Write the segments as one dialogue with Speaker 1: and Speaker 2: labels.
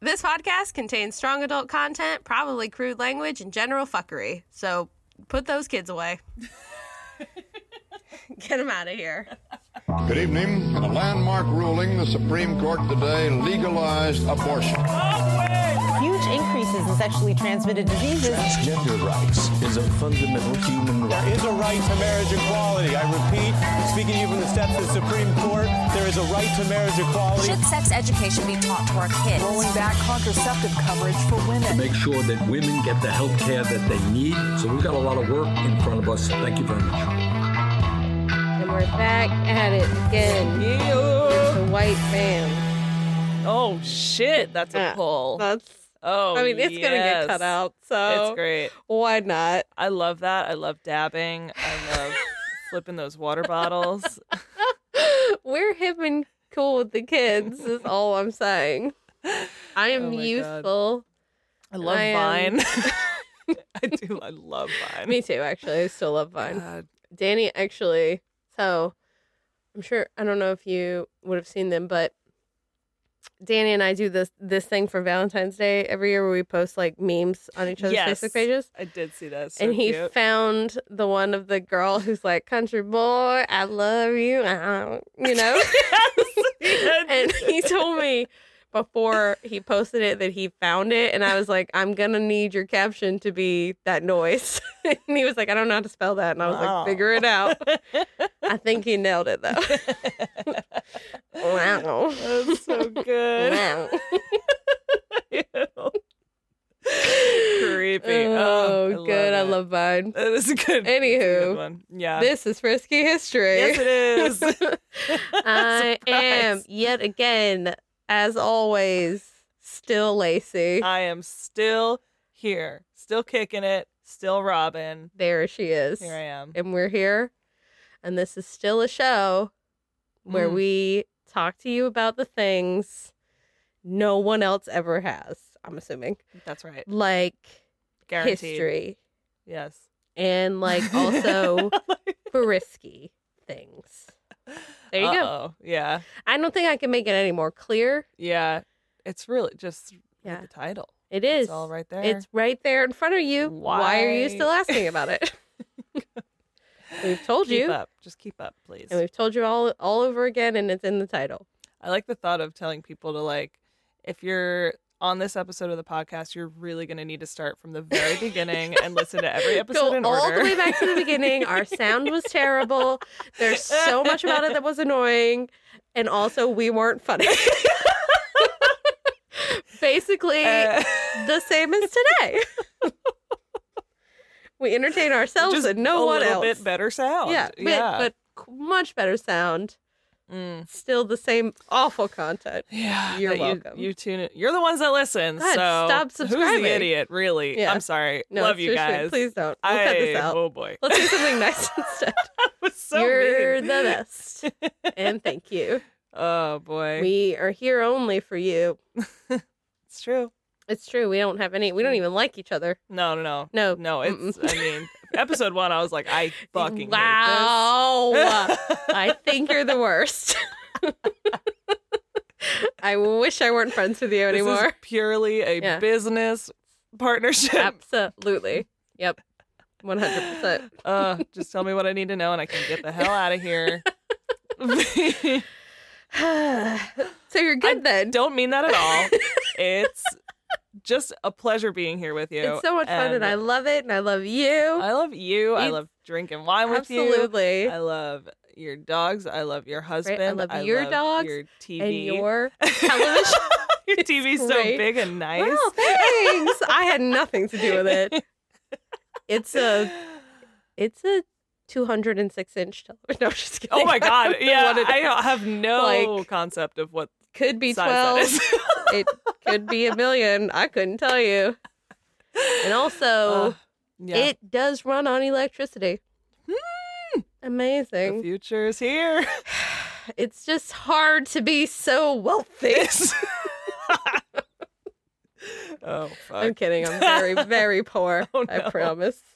Speaker 1: This podcast contains strong adult content, probably crude language, and general fuckery. So put those kids away. Get them out of here.
Speaker 2: Good evening. In a landmark ruling, the Supreme Court today legalized abortion.
Speaker 3: Huge increases in sexually transmitted diseases.
Speaker 4: Transgender rights is a fundamental human right.
Speaker 5: is a right to marriage equality. I repeat, speaking to you from the steps of the Supreme Court, there is a right to marriage equality.
Speaker 6: Should sex education be taught to our kids?
Speaker 7: rolling back contraceptive coverage for women.
Speaker 4: Make sure that women get the health care that they need. So we've got a lot of work in front of us. Thank you very much.
Speaker 8: And we're back at it again. The white man.
Speaker 9: Oh shit, that's a
Speaker 8: Yeah,
Speaker 9: pull.
Speaker 8: That's.
Speaker 9: oh,
Speaker 8: I mean, it's gonna
Speaker 9: yes.
Speaker 8: get cut out, so
Speaker 9: It's great.
Speaker 8: why not?
Speaker 9: I love that. I love dabbing. I love flipping those water bottles.
Speaker 8: We're hip and cool with the kids. is all I'm saying. I am
Speaker 9: Oh my God.
Speaker 8: youthful.
Speaker 9: I love
Speaker 8: I um, am-
Speaker 9: Vine. I do. I love Vine.
Speaker 8: Me too, actually. I still love Vine.
Speaker 9: God.
Speaker 8: Danny actually. So I'm sure I don't know if you would have seen them, but Danny and I do this this thing for Valentine's Day every year where we post like memes on each other's
Speaker 9: Yes.
Speaker 8: Facebook pages.
Speaker 9: I did see that. So
Speaker 8: and he
Speaker 9: cute.
Speaker 8: found the one of the girl who's like, "Country boy, I love you," uh, you know.
Speaker 9: Yes.
Speaker 8: and he told me before he posted it that he found it, and I was like, "I'm gonna need your caption to be that noise." and he was like, "I don't know how to spell that," and I was
Speaker 9: Wow.
Speaker 8: like, "Figure it out." I think he nailed it though. wow.
Speaker 9: That's so good.
Speaker 8: Wow.
Speaker 9: Ew. Creepy.
Speaker 8: Oh,
Speaker 9: I
Speaker 8: good. I
Speaker 9: it.
Speaker 8: love mine.
Speaker 9: That is a good. that's a
Speaker 8: Anywho,
Speaker 9: good one. Yeah.
Speaker 8: This is frisky history.
Speaker 9: yes, it is.
Speaker 8: I am
Speaker 9: Surprise.
Speaker 8: yet again, as always, still Lacey.
Speaker 9: I am still here, still kicking it, still Robin.
Speaker 8: there she is.
Speaker 9: Here I am.
Speaker 8: And we're here. And this is still a show where
Speaker 9: Mm.
Speaker 8: we talk to you about the things no one else ever has, I'm assuming.
Speaker 9: That's right.
Speaker 8: Like
Speaker 9: Guaranteed.
Speaker 8: history
Speaker 9: Yes.
Speaker 8: and like also risky things. There you go.
Speaker 9: Uh-oh. Yeah.
Speaker 8: I don't think I can make it any more clear.
Speaker 9: Yeah. It's really just yeah.
Speaker 8: Yeah.
Speaker 9: the title.
Speaker 8: It is.
Speaker 9: It's all right there.
Speaker 8: It's right there in front of you. Why, are you still
Speaker 9: Why?
Speaker 8: asking about it? we've told
Speaker 9: keep
Speaker 8: you,
Speaker 9: up. Just keep up, please.
Speaker 8: and we've told you all all over again, and it's in the title.
Speaker 9: I like the thought of telling people to like, if you're on this episode of the podcast, you're really going to need to start from the very beginning and listen to every episode
Speaker 8: Go
Speaker 9: in
Speaker 8: all
Speaker 9: order.
Speaker 8: the way back to the beginning. Our sound was terrible. There's so much about it that was annoying, and also we weren't funny. Basically,
Speaker 9: Uh,
Speaker 8: the same as today. we entertain ourselves
Speaker 9: just
Speaker 8: and no
Speaker 9: a
Speaker 8: one
Speaker 9: little
Speaker 8: else.
Speaker 9: bit better sound.
Speaker 8: Yeah, but,
Speaker 9: yeah.
Speaker 8: but c- much better sound.
Speaker 9: Mm.
Speaker 8: Still the same awful content.
Speaker 9: Yeah,
Speaker 8: You're
Speaker 9: that you-
Speaker 8: welcome.
Speaker 9: You, tune it. You're the ones that listen.
Speaker 8: God,
Speaker 9: so
Speaker 8: stop
Speaker 9: Who's
Speaker 8: subscribing.
Speaker 9: the idiot? Really?
Speaker 8: Yeah.
Speaker 9: I'm sorry.
Speaker 8: No,
Speaker 9: Love you
Speaker 8: seriously,
Speaker 9: guys.
Speaker 8: Please don't. We'll cut this
Speaker 9: I-
Speaker 8: out.
Speaker 9: Oh boy,
Speaker 8: Let's do something nice instead.
Speaker 9: was so
Speaker 8: You're
Speaker 9: mean.
Speaker 8: the best. and thank you.
Speaker 9: Oh boy,
Speaker 8: We are here only for you.
Speaker 9: it's true.
Speaker 8: It's true. We don't have any. We don't even like each other.
Speaker 9: No, no, no,
Speaker 8: No.
Speaker 9: no. It's.
Speaker 8: Mm-mm.
Speaker 9: I mean, episode one. I was like, I fucking
Speaker 8: wow.
Speaker 9: Hate this.
Speaker 8: I think you're the worst. I wish I weren't friends with you
Speaker 9: This is
Speaker 8: anymore.
Speaker 9: purely a
Speaker 8: Yeah.
Speaker 9: business partnership.
Speaker 8: Absolutely. Yep. One hundred percent.
Speaker 9: Uh, just tell me what I need to know, and I can get the hell out of here.
Speaker 8: so you're good then.
Speaker 9: Don't mean that at all. It's just a pleasure being here with you.
Speaker 8: It's so much fun, and I love it, and I love you.
Speaker 9: I love you. I
Speaker 8: It's-
Speaker 9: love drinking wine with
Speaker 8: Absolutely.
Speaker 9: you. I love your dogs. I love your husband.
Speaker 8: love your
Speaker 9: love
Speaker 8: dogs
Speaker 9: Your TV.
Speaker 8: and your television.
Speaker 9: Your TV's so
Speaker 8: great.
Speaker 9: big and nice.
Speaker 8: Wow, thanks. I had nothing to do with it. It's a it's a 206 inch television. No, I'm just kidding.
Speaker 9: Oh my god!
Speaker 8: don't know
Speaker 9: Yeah,
Speaker 8: what it
Speaker 9: I don't have no
Speaker 8: Like,
Speaker 9: concept of what
Speaker 8: could be
Speaker 9: size that
Speaker 8: 12.
Speaker 9: is.
Speaker 8: it could be a million. I couldn't tell you. And also,
Speaker 9: Uh, yeah,
Speaker 8: it does run on electricity.
Speaker 9: Hmm. the
Speaker 8: Amazing.
Speaker 9: future is here.
Speaker 8: It's just hard to be so wealthy.
Speaker 9: oh fuck!
Speaker 8: I'm kidding. I'm very, very poor.
Speaker 9: Oh,
Speaker 8: I
Speaker 9: no.
Speaker 8: promise.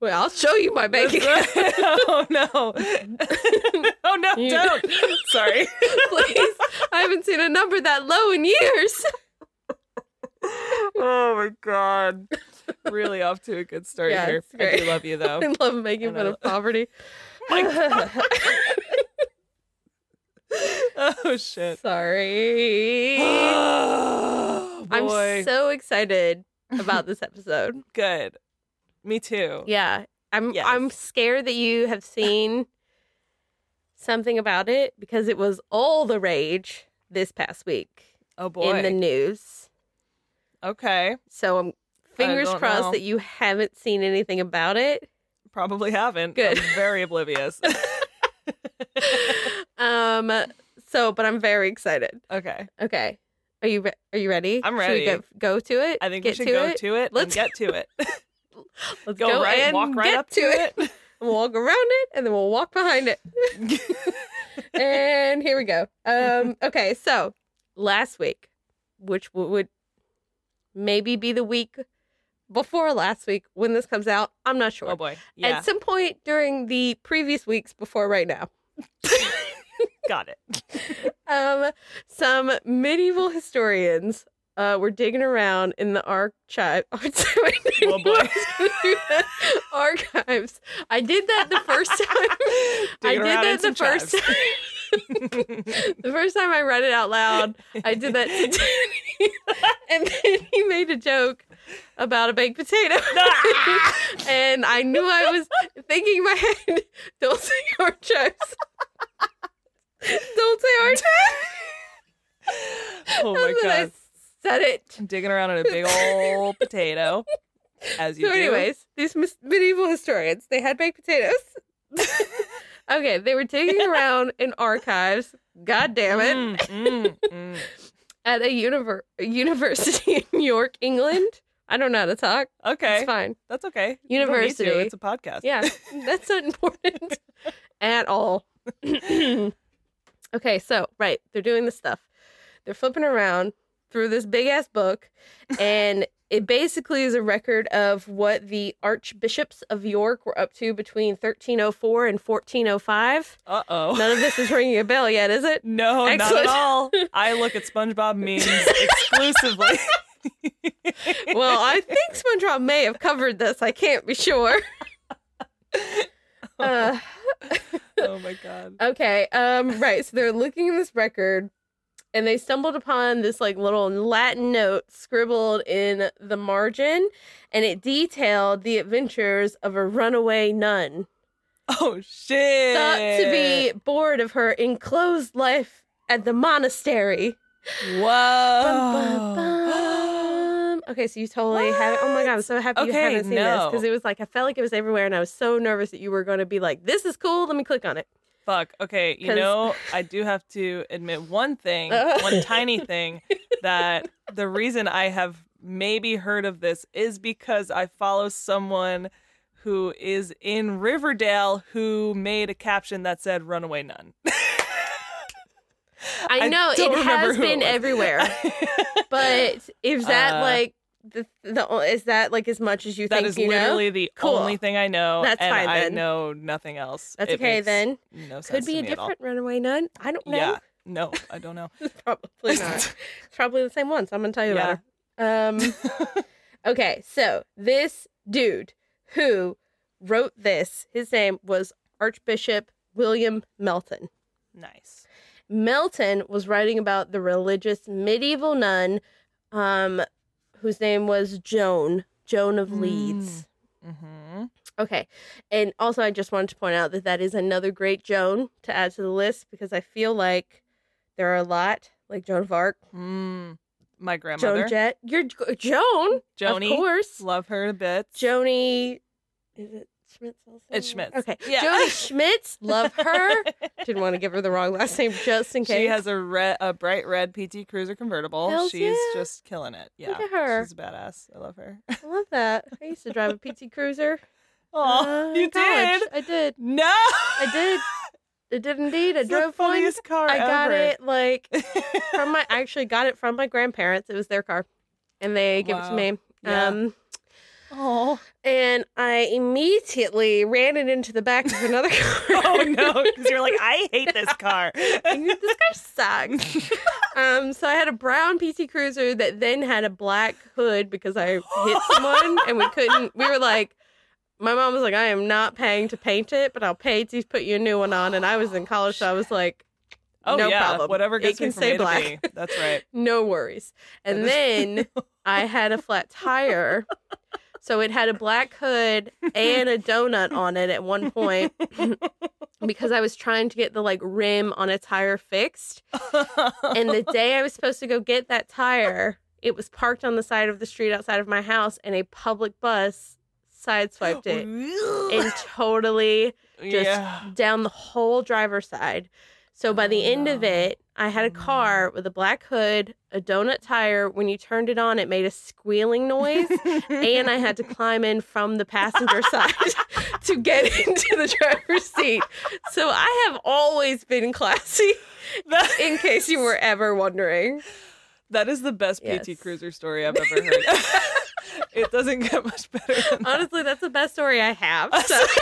Speaker 8: Well, I'll show you my bank account.
Speaker 9: oh no! oh no!
Speaker 8: You-
Speaker 9: Oh, Don't. Sorry.
Speaker 8: Please, I haven't seen a number that low in years.
Speaker 9: oh my god. Really off to a good start
Speaker 8: Yeah,
Speaker 9: here.
Speaker 8: it's great.
Speaker 9: I do love you though.
Speaker 8: I love making
Speaker 9: I
Speaker 8: fun
Speaker 9: know.
Speaker 8: of poverty.
Speaker 9: oh shit.
Speaker 8: Sorry.
Speaker 9: Oh,
Speaker 8: I'm
Speaker 9: boy.
Speaker 8: so excited about this episode.
Speaker 9: good. Me too.
Speaker 8: Yeah. I'm
Speaker 9: Yes.
Speaker 8: I'm scared that you have seen something about it because it was all the rage this past week
Speaker 9: Oh boy.
Speaker 8: in the news.
Speaker 9: okay.
Speaker 8: So I'm fingers
Speaker 9: don't
Speaker 8: crossed
Speaker 9: know.
Speaker 8: that you haven't seen anything about it.
Speaker 9: Probably haven't.
Speaker 8: Good.
Speaker 9: I'm very oblivious.
Speaker 8: Um so but I'm very excited.
Speaker 9: okay.
Speaker 8: Okay. Are you re- are you ready?
Speaker 9: I'm
Speaker 8: Should we
Speaker 9: ready.
Speaker 8: go, go to it.
Speaker 9: I think
Speaker 8: Get
Speaker 9: we should go to it
Speaker 8: Let's-
Speaker 9: Let's... and get to it.
Speaker 8: Let's
Speaker 9: go, right,
Speaker 8: and
Speaker 9: walk right
Speaker 8: get
Speaker 9: up to it.
Speaker 8: And we'll walk around it and then we'll walk behind it. and here we go. Um, okay, so last week, which w- would maybe be the week before last week when this comes out, I'm not sure.
Speaker 9: Oh boy. Yeah.
Speaker 8: At some point during the previous weeks before right now,
Speaker 9: Got it.
Speaker 8: um, some medieval historians uh, were digging around in the archive.
Speaker 9: Oh, boy.
Speaker 8: archives. I did that the first time. I
Speaker 9: Digging
Speaker 8: did
Speaker 9: around in
Speaker 8: that the
Speaker 9: some
Speaker 8: first
Speaker 9: chives.
Speaker 8: time. the first time I read it out loud, I did that to Danny, and then he made a joke about a baked potato,
Speaker 9: Ah!
Speaker 8: and I knew I was thinking in my head, "Don't say archives, don't say archives."
Speaker 9: Oh my
Speaker 8: and then
Speaker 9: god.
Speaker 8: I said it.
Speaker 9: Digging around in a big old potato. As you
Speaker 8: so,
Speaker 9: do.
Speaker 8: anyways, these mis- medieval historians they had baked potatoes. okay, they were digging around in archives. God damn it.
Speaker 9: Mm, mm, mm.
Speaker 8: at a, univer- a university in York, England. I don't know how to talk.
Speaker 9: Okay.
Speaker 8: It's fine.
Speaker 9: That's okay.
Speaker 8: University.
Speaker 9: You don't need to. It's a podcast.
Speaker 8: Yeah, that's not important at all. okay, so, right, they're doing this stuff. They're flipping around through this big ass book, and it basically is a record of what the archbishops of York were up to between 1304 and 1405.
Speaker 9: Uh oh.
Speaker 8: None of this is ringing a bell yet, is it?
Speaker 9: No,
Speaker 8: Excellent.
Speaker 9: not at all. I look at SpongeBob memes exclusively.
Speaker 8: Well, I think SpongeBob may have covered this. I can't be sure. Uh,
Speaker 9: oh my god.
Speaker 8: okay. Um, right. So they're looking in this record and they stumbled upon this like little Latin note scribbled in the margin and it detailed the adventures of a runaway nun
Speaker 9: Oh shit.
Speaker 8: thought to
Speaker 9: Eh.
Speaker 8: be bored of her enclosed life at the monastery.
Speaker 9: Whoa. Oh.
Speaker 8: Bum, bum, bum. Okay, so you totally have it. Oh my god, I'm so happy you
Speaker 9: Okay,
Speaker 8: haven't seen this
Speaker 9: no.
Speaker 8: because it was like I felt like it was everywhere, and I was so nervous that you were going to be like, "This is cool." Let me click on it.
Speaker 9: Fuck. Okay. You
Speaker 8: 'Cause-
Speaker 9: know, I do have to admit one thing, one tiny thing, that the reason I have maybe heard of this is because I follow someone who is in Riverdale who made a caption that said "Runaway Nun."
Speaker 8: I
Speaker 9: I
Speaker 8: know
Speaker 9: don't
Speaker 8: it
Speaker 9: remember
Speaker 8: has
Speaker 9: who it
Speaker 8: been
Speaker 9: was.
Speaker 8: everywhere, but is that
Speaker 9: Uh,
Speaker 8: like the the is that like as much as you
Speaker 9: That
Speaker 8: think
Speaker 9: is
Speaker 8: you
Speaker 9: literally
Speaker 8: know?
Speaker 9: the
Speaker 8: Cool.
Speaker 9: only thing I know,
Speaker 8: That's
Speaker 9: and
Speaker 8: fine
Speaker 9: I
Speaker 8: then.
Speaker 9: know nothing else.
Speaker 8: That's
Speaker 9: It
Speaker 8: okay
Speaker 9: makes
Speaker 8: then.
Speaker 9: No sense
Speaker 8: Could
Speaker 9: to
Speaker 8: be a
Speaker 9: me at all.
Speaker 8: different runaway nun. I don't know.
Speaker 9: Yeah. No, I don't know.
Speaker 8: Probably not. it's probably the same one. So I'm gonna tell you
Speaker 9: yeah.
Speaker 8: about her. Um. Okay, so this dude who wrote this, his name was Archbishop William Melton.
Speaker 9: Nice.
Speaker 8: Melton was writing about the religious medieval nun um, whose name was Joan, Joan of
Speaker 9: Hmm.
Speaker 8: Leeds.
Speaker 9: Mm-hmm.
Speaker 8: Okay, and also I just wanted to point out that that is another great Joan to add to the list because I feel like there are a lot, like Joan of Arc,
Speaker 9: Mm. My grandmother,
Speaker 8: Joan Jett. You're Joan,
Speaker 9: Joni.
Speaker 8: of course.
Speaker 9: Love her a bit.
Speaker 8: Joni. Is it Schmitz also?
Speaker 9: It's Schmitz.
Speaker 8: Okay.
Speaker 9: Yeah.
Speaker 8: Joni Schmitz. Love her. Didn't want to give her the wrong last name just in case.
Speaker 9: She has a re- a bright red PT Cruiser convertible.
Speaker 8: Hells
Speaker 9: she's
Speaker 8: yeah.
Speaker 9: just killing it. Yeah,
Speaker 8: Look at her.
Speaker 9: She's a badass. I love her.
Speaker 8: I love that. I used to drive a PT Cruiser.
Speaker 9: Oh,
Speaker 8: uh,
Speaker 9: you
Speaker 8: in college.
Speaker 9: did?
Speaker 8: I did.
Speaker 9: No,
Speaker 8: I did. I did indeed. I
Speaker 9: It's the
Speaker 8: drove one.
Speaker 9: funniest car
Speaker 8: I got
Speaker 9: ever.
Speaker 8: it like from my. I actually got it from my grandparents. It was their car, and they gave it
Speaker 9: Oh, Wow.
Speaker 8: to me.
Speaker 9: Yeah.
Speaker 8: Um,
Speaker 9: Oh.
Speaker 8: and I immediately ran it into the back of another car.
Speaker 9: Oh no, because you're like, I hate this car.
Speaker 8: this car sucks. um, so I had a brown PT Cruiser that then had a black hood because I hit someone and we couldn't. We were like, my mom was like, I am not paying to paint it, but I'll pay to put you a new one on. And I was in college, so I was like,
Speaker 9: Oh
Speaker 8: no
Speaker 9: yeah,
Speaker 8: problem.
Speaker 9: whatever
Speaker 8: It
Speaker 9: gets
Speaker 8: can
Speaker 9: me from
Speaker 8: stay
Speaker 9: A
Speaker 8: black.
Speaker 9: to B. That's right.
Speaker 8: no worries. And then I had a flat tire. So it had a black hood and a donut on it at one point because I was trying to get the like rim on a tire fixed. And the day I was supposed to go get that tire, it was parked on the side of the street outside of my house and a public bus sideswiped
Speaker 9: Oh,
Speaker 8: it and totally just
Speaker 9: yeah.
Speaker 8: down the whole driver's side. So by the end
Speaker 9: Oh,
Speaker 8: of it, I had a car with a black hood, a donut tire. When you turned it on, it made a squealing noise, and I had to climb in from the passenger side to get into the driver's seat. So I have always been classy,
Speaker 9: That-
Speaker 8: in case you were ever wondering.
Speaker 9: that is the best
Speaker 8: Yes.
Speaker 9: PT Cruiser story I've ever heard. it doesn't get much better than that.
Speaker 8: Honestly, that's the best story I have. So.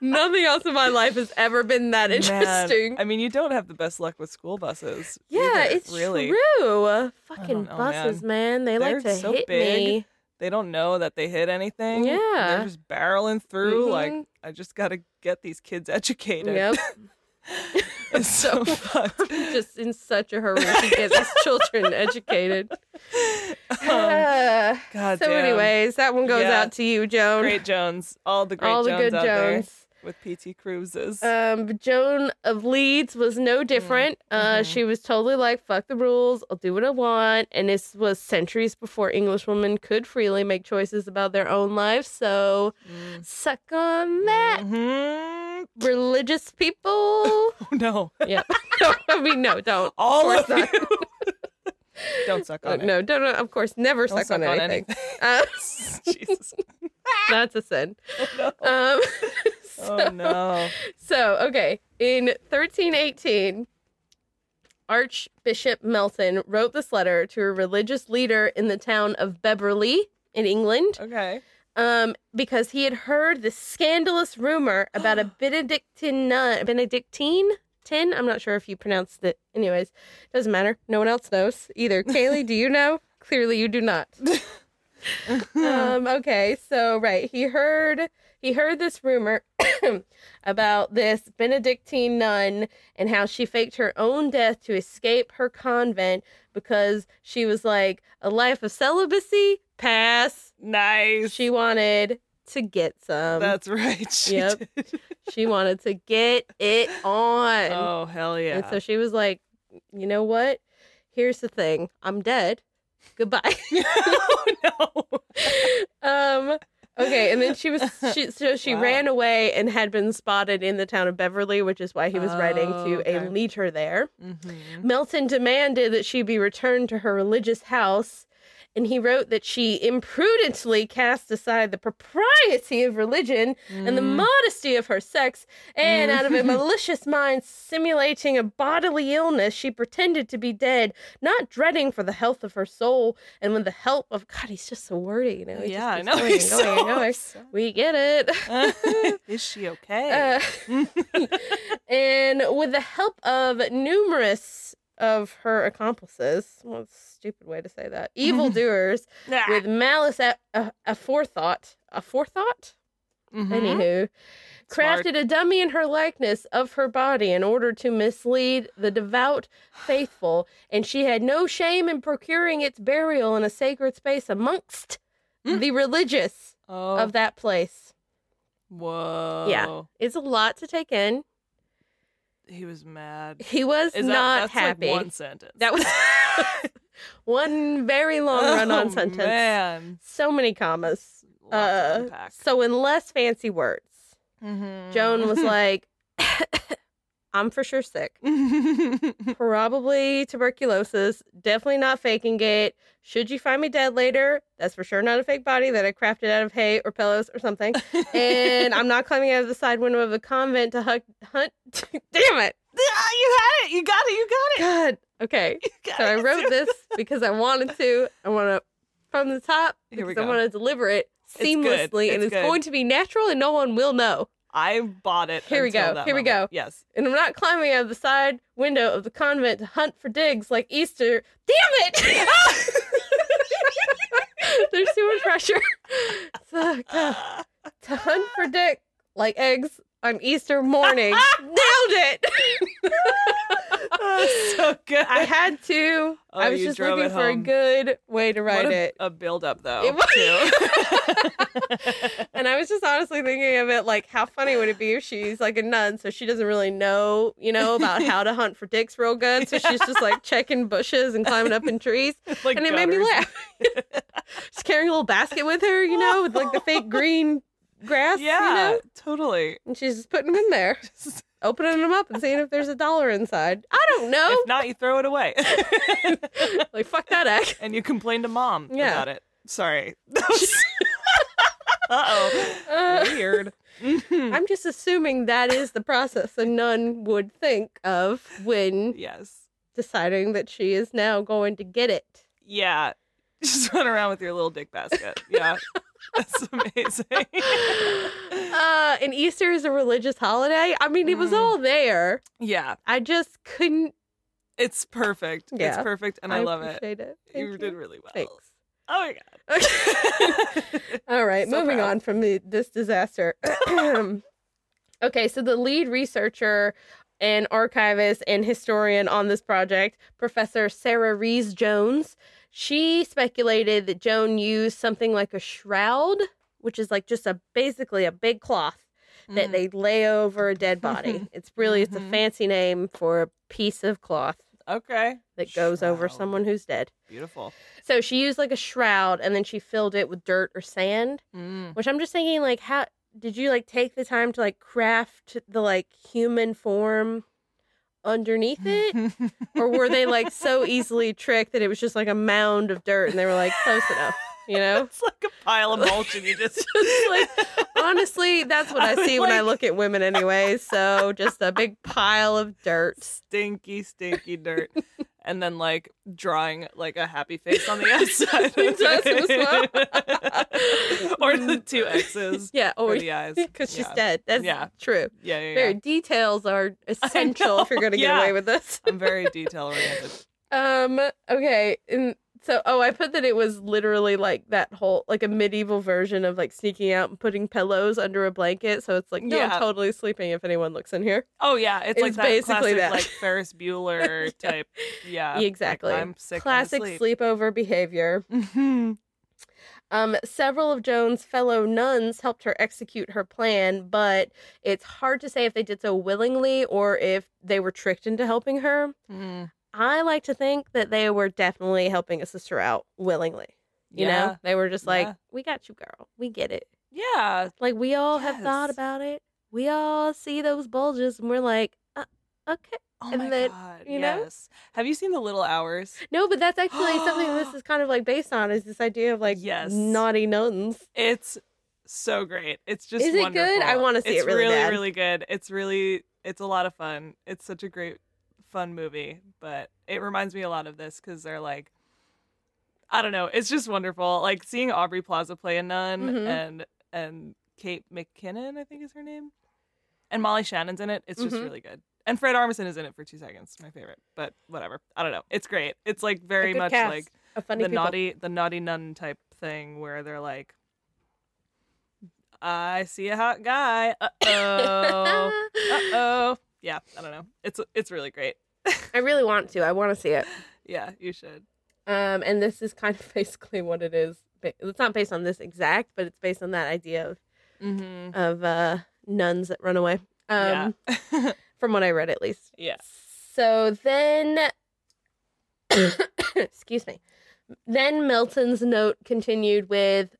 Speaker 8: Nothing else in my life has ever been that
Speaker 9: Man,
Speaker 8: interesting.
Speaker 9: I mean, you don't have the best luck with school buses.
Speaker 8: Yeah,
Speaker 9: either,
Speaker 8: it's
Speaker 9: really.
Speaker 8: true. Uh, Fucking
Speaker 9: don't know,
Speaker 8: buses, man. They like to
Speaker 9: They're so
Speaker 8: hit
Speaker 9: big.
Speaker 8: me.
Speaker 9: They don't know that they hit anything.
Speaker 8: Yeah.
Speaker 9: They're just barreling through.
Speaker 8: Mhm.
Speaker 9: Like, I just got to get these kids educated.
Speaker 8: Yep,
Speaker 9: It's so fucked.
Speaker 8: just in such a hurry to get these children educated. Uh,
Speaker 9: God
Speaker 8: so,
Speaker 9: damn.
Speaker 8: anyways, that one goes
Speaker 9: Um, Yeah.
Speaker 8: out to you, Joan.
Speaker 9: Great Jones. All the great
Speaker 8: All the
Speaker 9: Jones
Speaker 8: good
Speaker 9: out
Speaker 8: Jones.
Speaker 9: there with PT Cruises.
Speaker 8: Um, but Joan of Leeds was
Speaker 9: Mm,
Speaker 8: no different.
Speaker 9: mm-hmm.
Speaker 8: Uh, she was totally like, "Fuck the rules, I'll do what I want." And this was centuries before English women could freely make choices about their own lives. So,
Speaker 9: Mm.
Speaker 8: suck on that,
Speaker 9: Mhm.
Speaker 8: religious people.
Speaker 9: Oh, no.
Speaker 8: Yep. No, I mean, no, don't.
Speaker 9: All
Speaker 8: course Uh,
Speaker 9: of you. don't suck on it.
Speaker 8: No, don't. Of course, never
Speaker 9: Don't
Speaker 8: suck, on, anything. Uh,
Speaker 9: Jesus.
Speaker 8: that's a sin. Um,
Speaker 9: Oh, no.
Speaker 8: so, okay. In 1318, Archbishop Melton wrote this letter to a religious leader in the town of Beverley in England
Speaker 9: Okay.
Speaker 8: um, because he had heard this scandalous rumor about a Benedictine nun, Benedictine tin. I'm not sure if you pronounced it. Anyways, doesn't matter. No one else knows either. Kaylee, do you know? Clearly, you do not. um, okay, so right, he heard he heard this rumor about this Benedictine nun and how she faked her own death to escape her convent because she was like a life of celibacy pass
Speaker 9: Nice.
Speaker 8: she wanted to get some.
Speaker 9: That's right. She
Speaker 8: yep.
Speaker 9: did.
Speaker 8: she wanted to get it on.
Speaker 9: Oh, hell yeah.
Speaker 8: And so she was like, you know what? Here's the thing. I'm dead. Goodbye.
Speaker 9: oh, no.
Speaker 8: um okay, and then she was she so she
Speaker 9: Wow.
Speaker 8: ran away and had been spotted in the town of Beverly, which is why he was writing to
Speaker 9: Oh, okay.
Speaker 8: a leader there.
Speaker 9: Mhm.
Speaker 8: Melton demanded that she be returned to her religious house, and he wrote that she imprudently cast aside the propriety of religion and
Speaker 9: Mm.
Speaker 8: the modesty of her sex, and out of a malicious mind simulating a bodily illness, she pretended to be dead, not dreading for the health of her soul, and with the help of God, he's just so wordy, you know. he just
Speaker 9: Yeah, I
Speaker 8: keeps
Speaker 9: know,
Speaker 8: going and
Speaker 9: he's
Speaker 8: going and
Speaker 9: so
Speaker 8: going.
Speaker 9: upset.
Speaker 8: We get it.
Speaker 9: Is she okay?
Speaker 8: Uh, and with the help of numerous of her accomplices, what a stupid way to say that, evildoers with malice a- a- aforethought, aforethought?
Speaker 9: Mhm.
Speaker 8: Anywho,
Speaker 9: Smart.
Speaker 8: crafted a dummy in her likeness of her body in order to mislead the devout faithful, and she had no shame in procuring its burial in a sacred space amongst the religious
Speaker 9: Mm. Oh,
Speaker 8: of that place.
Speaker 9: whoa.
Speaker 8: Yeah, it's a lot to take in.
Speaker 9: He was mad.
Speaker 8: He was
Speaker 9: Is that-
Speaker 8: not
Speaker 9: that's
Speaker 8: happy.
Speaker 9: Like one sentence.
Speaker 8: That was one very long run-on
Speaker 9: Oh,
Speaker 8: sentence.
Speaker 9: Man.
Speaker 8: So many commas.
Speaker 9: Lots to
Speaker 8: Uh,
Speaker 9: unpack.
Speaker 8: so in less fancy words,
Speaker 9: Mhm.
Speaker 8: Joan was like, "I'm for sure sick. Probably tuberculosis. Definitely not faking it. Should you find me dead later, that's for sure not a fake body that I crafted out of hay or pillows or something. and I'm not climbing out of the side window of the convent to hunt. hunt. Damn it."
Speaker 9: Ah, you had it. You got it. You got it.
Speaker 8: God. Okay.
Speaker 9: got
Speaker 8: So I
Speaker 9: it.
Speaker 8: wrote this because I wanted to. I want to from the top
Speaker 9: Here we
Speaker 8: because I
Speaker 9: go.
Speaker 8: want to deliver it
Speaker 9: good.
Speaker 8: seamlessly and
Speaker 9: It's
Speaker 8: it's
Speaker 9: good.
Speaker 8: going to be natural and no one will know.
Speaker 9: I bought it.
Speaker 8: Here we
Speaker 9: until
Speaker 8: go,
Speaker 9: that
Speaker 8: here we
Speaker 9: moment.
Speaker 8: go.
Speaker 9: Yes.
Speaker 8: And I'm not climbing out of the side window of the convent to hunt for digs like Easter. Damn it! There's too much pressure. So, God. To hunt for dick like eggs on Easter morning. Nailed it!
Speaker 9: Oh, So good.
Speaker 8: I had to.
Speaker 9: Oh,
Speaker 8: I was
Speaker 9: you
Speaker 8: just
Speaker 9: drove
Speaker 8: looking
Speaker 9: it
Speaker 8: for a
Speaker 9: home.
Speaker 8: good way to
Speaker 9: What
Speaker 8: write
Speaker 9: a, oh,
Speaker 8: it.
Speaker 9: a build up though.
Speaker 8: It was-
Speaker 9: too.
Speaker 8: And I was just honestly thinking of it like, how funny would it be if she's like a nun, so she doesn't really know, you know, about how to hunt for dicks real good. So she's just like checking bushes and climbing up in trees.
Speaker 9: Like
Speaker 8: and it made me
Speaker 9: gutters.
Speaker 8: laugh. she's carrying a little basket with her, you know, with like the fake green grass,
Speaker 9: yeah,
Speaker 8: you know?
Speaker 9: totally.
Speaker 8: And she's just putting them in there,
Speaker 9: Just-
Speaker 8: opening them up and seeing if there's a dollar inside. I don't know.
Speaker 9: If not, you throw it away,
Speaker 8: Like, fuck that egg.
Speaker 9: and you complain to mom
Speaker 8: Yeah.
Speaker 9: about it. Sorry. uh oh.
Speaker 8: Uh,
Speaker 9: Weird.
Speaker 8: I'm just assuming that is the process a nun would think of when
Speaker 9: Yes.
Speaker 8: deciding that she is now going to get it.
Speaker 9: Yeah. Just run around with your little dick basket. Yeah. That's amazing.
Speaker 8: Uh, and Easter is a religious holiday. I mean, it was
Speaker 9: Mm.
Speaker 8: all there.
Speaker 9: yeah.
Speaker 8: I just couldn't.
Speaker 9: It's perfect. It's
Speaker 8: Yeah.
Speaker 9: perfect, and I, love it.
Speaker 8: appreciate it. Thank
Speaker 9: You, did really well.
Speaker 8: Thanks.
Speaker 9: Oh my god.
Speaker 8: All right,
Speaker 9: So
Speaker 8: moving
Speaker 9: proud.
Speaker 8: on from the, this disaster. okay, so the lead researcher and archivist and historian on this project, Professor Sarah Rees Jones, she speculated that Joan used something like a shroud, which is like just a basically a big cloth that
Speaker 9: Mm.
Speaker 8: they lay over a dead body. it's really it's a
Speaker 9: Mhm.
Speaker 8: fancy name for a piece of cloth
Speaker 9: Okay.
Speaker 8: that goes over
Speaker 9: Shroud.
Speaker 8: someone who's dead.
Speaker 9: Beautiful.
Speaker 8: So she used like a shroud and then she filled it with dirt or sand
Speaker 9: Mm.
Speaker 8: which I'm just thinking like how did you like take the time to like craft the like human form underneath it or were they like so easily tricked that it was just like a mound of dirt and they were like close enough you know
Speaker 9: It's like a pile of mulch, and you just
Speaker 8: It's like honestly that's what i see when i
Speaker 9: Like-
Speaker 8: look at women anyway so just a big pile of dirt
Speaker 9: stinky, stinky dirt, and then like drawing like a happy face on the outside. of
Speaker 8: Does as
Speaker 9: it. or the two X's.
Speaker 8: yeah
Speaker 9: for
Speaker 8: or
Speaker 9: the eyes.
Speaker 8: because she's
Speaker 9: Oh, Yeah.
Speaker 8: dead that's
Speaker 9: Yeah.
Speaker 8: true
Speaker 9: Yeah, yeah, yeah.
Speaker 8: very details are essential if you're going to get
Speaker 9: yeah.
Speaker 8: away with this
Speaker 9: I'm very detail oriented.
Speaker 8: Um. Okay. And so, oh, I put that it was literally like that whole like a medieval version of like sneaking out and putting pillows under a blanket. So it's like no,
Speaker 9: Yeah.
Speaker 8: I'm totally sleeping if anyone looks in here.
Speaker 9: Oh yeah, it's, like
Speaker 8: It's
Speaker 9: that
Speaker 8: basically
Speaker 9: classic,
Speaker 8: that.
Speaker 9: like Ferris Bueller type. Yeah, like,
Speaker 8: exactly.
Speaker 9: I'm sick. I'm
Speaker 8: Classic
Speaker 9: asleep.
Speaker 8: sleepover behavior.
Speaker 9: Mhm.
Speaker 8: Um, several of Joan's fellow nuns helped her execute her plan, but it's hard to say if they did so willingly or if they were tricked into helping her.
Speaker 9: Mm.
Speaker 8: I like to think that they were definitely helping a sister out willingly. You know, they were just like,
Speaker 9: Yeah.
Speaker 8: "We got you, girl. We get it.
Speaker 9: Yeah. Yeah.
Speaker 8: Like we all have thought
Speaker 9: Yes.
Speaker 8: about it. We all see those bulges, and we're like, uh, okay,
Speaker 9: Oh
Speaker 8: And
Speaker 9: my
Speaker 8: then,
Speaker 9: god.
Speaker 8: you know?
Speaker 9: yes. Have you seen The Little Hours?
Speaker 8: no." But that's actually something this is kind of like based on is this idea of like
Speaker 9: Yes.
Speaker 8: naughty nuns.
Speaker 9: It's so great. It's just
Speaker 8: Is it good?
Speaker 9: wonderful.
Speaker 8: I wanna see
Speaker 9: it's
Speaker 8: it really
Speaker 9: really
Speaker 8: bad.
Speaker 9: really good. It's really it's a lot of fun. It's such a great fun movie, but it reminds me a lot of this cuz they're like I don't know, it's just wonderful. Like seeing Aubrey Plaza play a nun
Speaker 8: Mhm.
Speaker 9: and and Kate McKinnon, I think is her name. And Molly Shannon's in it. It's just
Speaker 8: Mhm.
Speaker 9: really good. And Fred Armisen is in it for 2 seconds, my favorite. But whatever. I don't know. It's great. It's like very
Speaker 8: good
Speaker 9: much
Speaker 8: cast.
Speaker 9: like
Speaker 8: Of funny
Speaker 9: the
Speaker 8: people.
Speaker 9: naughty the naughty nun type thing where they're like I see a hot guy. Uh-oh. Uh-oh. Yeah, I don't know. It's it's really great.
Speaker 8: I really want to. I want to see it.
Speaker 9: Yeah, you should.
Speaker 8: Um, and this is kind of basically what it is. Ba- It's not based on this exact, but it's based on that idea of
Speaker 9: Mm-hmm.
Speaker 8: of uh, nuns that run away. Um,
Speaker 9: yeah.
Speaker 8: from what I read, at least.
Speaker 9: yeah.
Speaker 8: So then, excuse me. Then Milton's note continued with,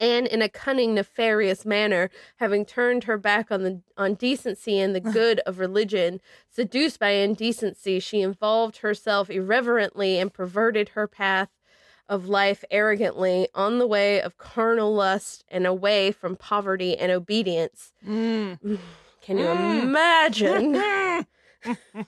Speaker 8: and in a cunning, nefarious manner, having turned her back on the on decency and the good of religion, seduced by indecency, she involved herself irreverently and perverted her path of life arrogantly on the way of carnal lust and away from poverty and obedience.
Speaker 9: Mm.
Speaker 8: Can you
Speaker 9: Mm.
Speaker 8: imagine?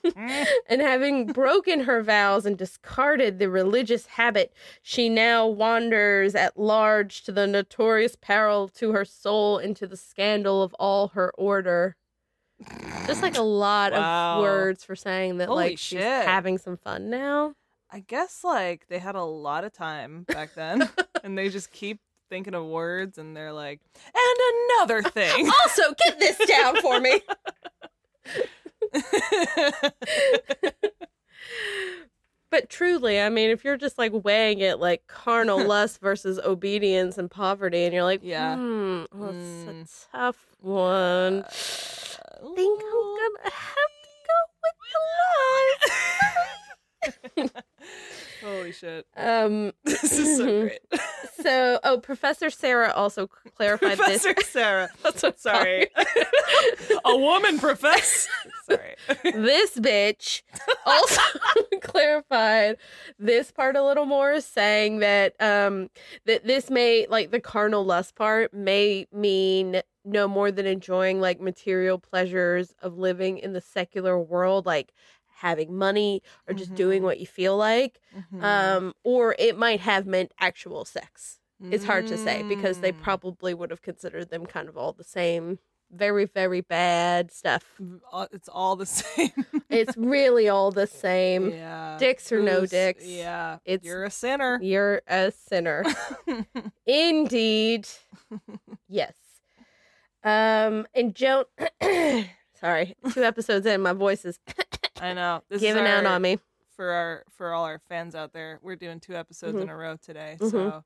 Speaker 8: and having broken her vows and discarded the religious habit, she now wanders at large to the notorious peril to her soul and to the scandal of all her order. Just like a lot
Speaker 9: Wow.
Speaker 8: of words for saying that,
Speaker 9: Holy
Speaker 8: like, she's
Speaker 9: shit.
Speaker 8: having some fun now.
Speaker 9: I guess like they had a lot of time back then, and they just keep thinking of words, and they're like, and another thing.
Speaker 8: Also, get this down for me. But truly, I mean, if you're just like weighing it like carnal lust versus obedience and poverty, and you're like, yeah,
Speaker 9: Yeah.
Speaker 8: hmm, well,
Speaker 9: Mm. Uh,
Speaker 8: it's a tough one. I think I'm gonna have to go with the
Speaker 9: Holy shit!
Speaker 8: law. um,
Speaker 9: This is so great.
Speaker 8: so oh, Professor Sarah also c- clarified this.
Speaker 9: Professor Sarah. Sorry. a woman profess. Sorry.
Speaker 8: this bitch also clarified this part a little more saying that um that this may like the carnal lust part may mean no more than enjoying like material pleasures of living in the secular world like having money or just doing what you feel like um or it might have meant actual sex it's hard to say because they
Speaker 9: Mm.
Speaker 8: probably would have considered them kind of all the same very very bad stuff
Speaker 9: All- It's all the same.
Speaker 8: it's really all the same.
Speaker 9: yeah.
Speaker 8: Dicks or no
Speaker 9: Who's-
Speaker 8: dicks.
Speaker 9: Yeah.
Speaker 8: It's-
Speaker 9: You're a sinner.
Speaker 8: You're a sinner. Indeed. Yes. Um and Joan sorry, two episodes in, my voice is
Speaker 9: I know. This is
Speaker 8: giving out
Speaker 9: our-
Speaker 8: on me.
Speaker 9: for our for all our fans out there. We're doing two episodes
Speaker 8: Mm-hmm.
Speaker 9: in a row today, so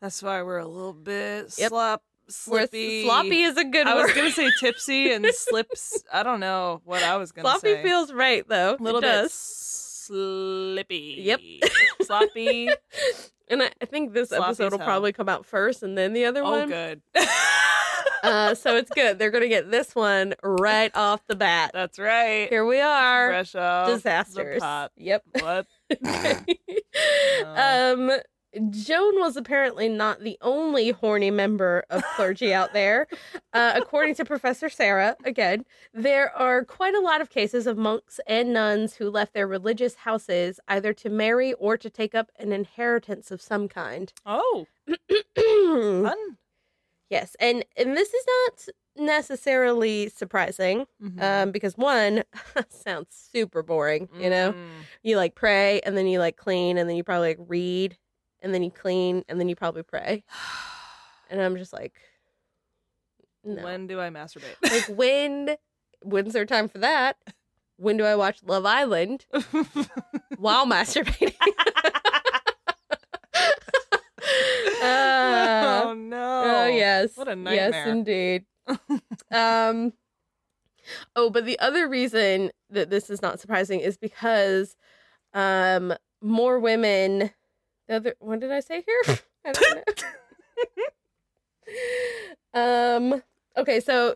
Speaker 9: that's why we're a little bit
Speaker 8: Yep.
Speaker 9: slop
Speaker 8: We're-
Speaker 9: slippy.
Speaker 8: Sloppy is a good
Speaker 9: I was
Speaker 8: word.
Speaker 9: gonna say tipsy and slips. I don't know what I was gonna
Speaker 8: Sloppy
Speaker 9: say.
Speaker 8: feels right though.
Speaker 9: a little
Speaker 8: it
Speaker 9: bit
Speaker 8: does.
Speaker 9: slippy.
Speaker 8: Yep.
Speaker 9: sloppy.
Speaker 8: And I, I think this
Speaker 9: Sloppy
Speaker 8: episode
Speaker 9: as
Speaker 8: will
Speaker 9: hell.
Speaker 8: probably come out first and then the other
Speaker 9: Oh,
Speaker 8: one.
Speaker 9: good.
Speaker 8: Uh so it's good. They're gonna get this one right off the bat.
Speaker 9: That's right.
Speaker 8: Here we are.
Speaker 9: Fresh off the
Speaker 8: Disasters.
Speaker 9: pot.
Speaker 8: Yep.
Speaker 9: What?
Speaker 8: um, Joan was apparently not the only horny member of clergy out there. Uh, according to Professor Sarah, again, there are quite a lot of cases of monks and nuns who left their religious houses either to marry or to take up an inheritance of some kind.
Speaker 9: Oh, fun.
Speaker 8: yes, and and this is not necessarily surprising
Speaker 9: Mm-hmm. Uh,
Speaker 8: um, because one sounds super boring, you know
Speaker 9: Mm.
Speaker 8: you like pray and then you like clean and then you probably like read and then you clean and then you probably pray. And I'm just like, no.
Speaker 9: When do I masturbate?
Speaker 8: like when? When's there time for that? When do I watch Love Island while masturbating? Uh,
Speaker 9: oh no!
Speaker 8: Oh yes.
Speaker 9: What a
Speaker 8: Yes,
Speaker 9: nightmare.
Speaker 8: indeed. um Oh, but the other reason that this is not surprising is because um more women the other what did I say here? I don't know. um okay, so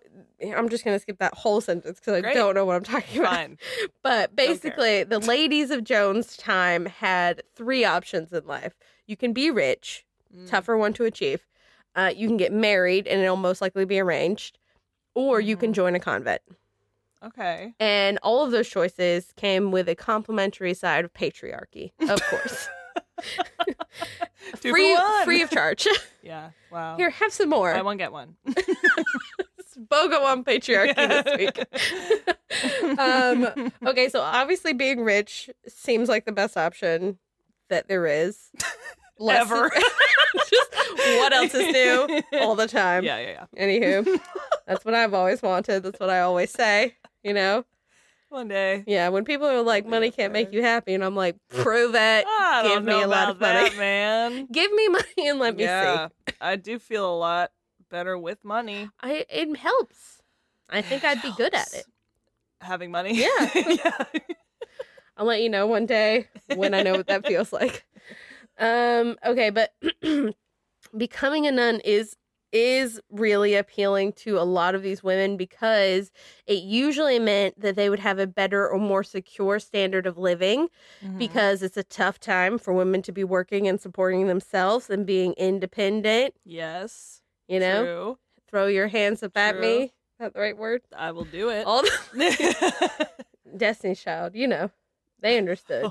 Speaker 8: I'm just going to skip that whole sentence cuz I
Speaker 9: Great.
Speaker 8: don't know what I'm talking about.
Speaker 9: Fine.
Speaker 8: But
Speaker 9: care.
Speaker 8: basically, the ladies of Jones' time had three options in life. You can be rich,
Speaker 9: Mm.
Speaker 8: tougher one to achieve. Uh, you can get married, and it'll most likely be arranged, or you
Speaker 9: Mm-hmm.
Speaker 8: can join a convent.
Speaker 9: Okay.
Speaker 8: And all of those choices came with a complimentary side of patriarchy, of course.
Speaker 9: Two for
Speaker 8: free,
Speaker 9: one.
Speaker 8: free of charge.
Speaker 9: Yeah. Wow.
Speaker 8: Here, have some more.
Speaker 9: Buy one get one.
Speaker 8: Bogo on patriarchy this week. um, okay, so obviously being rich seems like the best option that there is. Less-
Speaker 9: Ever.
Speaker 8: Just what else is new all the time.
Speaker 9: yeah, yeah, yeah.
Speaker 8: Anywho, that's what I've always wanted. That's what I always say. You know?
Speaker 9: One day.
Speaker 8: Yeah, when people are like, money can't make you happy, and I'm like, prove it.
Speaker 9: I don't
Speaker 8: Give me a
Speaker 9: know
Speaker 8: lot
Speaker 9: about
Speaker 8: of money.
Speaker 9: that, man.
Speaker 8: Give me money and let me
Speaker 9: yeah,
Speaker 8: see.
Speaker 9: I do feel a lot better with money.
Speaker 8: I, it helps. I think I'd be good at it.
Speaker 9: Having money.
Speaker 8: Yeah.
Speaker 9: yeah.
Speaker 8: I'll let you know one day when I know what that feels like. Um, okay, but becoming a nun is is really appealing to a lot of these women because it usually meant that they would have a better or more secure standard of living
Speaker 9: Mm-hmm.
Speaker 8: because it's a tough time for women to be working and supporting themselves and being independent,
Speaker 9: Yes.
Speaker 8: you know?
Speaker 9: True.
Speaker 8: Throw your hands up at
Speaker 9: True.
Speaker 8: me. Is that the right word?
Speaker 9: I will do it.
Speaker 8: All the- Destiny's Child, you know, they understood.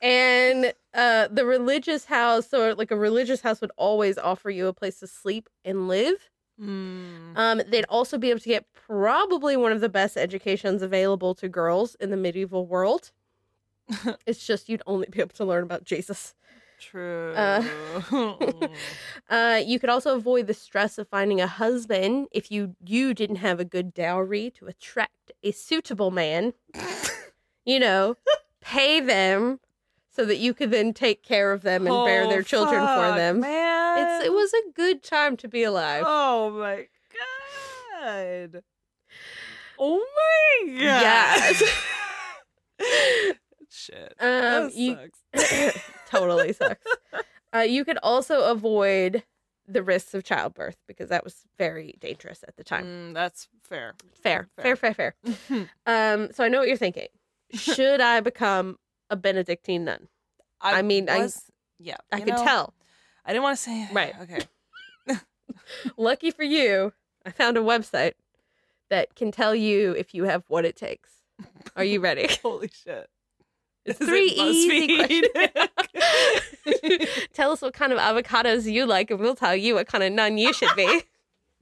Speaker 8: and uh, the religious house, or like a religious house, would always offer you a place to sleep and live.
Speaker 9: Mm.
Speaker 8: Um, they'd also be able to get probably one of the best educations available to girls in the medieval world. it's just you'd only be able to learn about Jesus.
Speaker 9: True. Mm.
Speaker 8: Uh, you could also avoid the stress of finding a husband if you you didn't have a good dowry to attract a suitable man. you know, pay them so that you could then take care of them and bear their
Speaker 9: Oh,
Speaker 8: children for
Speaker 9: fuck,
Speaker 8: them.
Speaker 9: Man.
Speaker 8: It's it was a good time to be alive.
Speaker 9: Oh my god. Oh my god.
Speaker 8: Yes.
Speaker 9: Shit.
Speaker 8: Um,
Speaker 9: that
Speaker 8: you-
Speaker 9: sucks.
Speaker 8: totally sucks. Uh, you could also avoid the risks of childbirth because that was very dangerous at the time.
Speaker 9: Mm, that's fair.
Speaker 8: Fair, fair, fair, fair. um, so I know what you're thinking. Should I become a Benedictine nun? I mean, I-
Speaker 9: was, yeah,
Speaker 8: I
Speaker 9: you
Speaker 8: could
Speaker 9: know,
Speaker 8: tell.
Speaker 9: I didn't want to say
Speaker 8: Right.
Speaker 9: Okay.
Speaker 8: Lucky for you, I found a website that can tell you if you have what it takes. Are you ready?
Speaker 9: Holy shit.
Speaker 8: It's
Speaker 9: Is it
Speaker 8: three easy
Speaker 9: BuzzFeed?
Speaker 8: questions. tell us what kind of avocados you like, and we'll tell you what kind of nun you should be.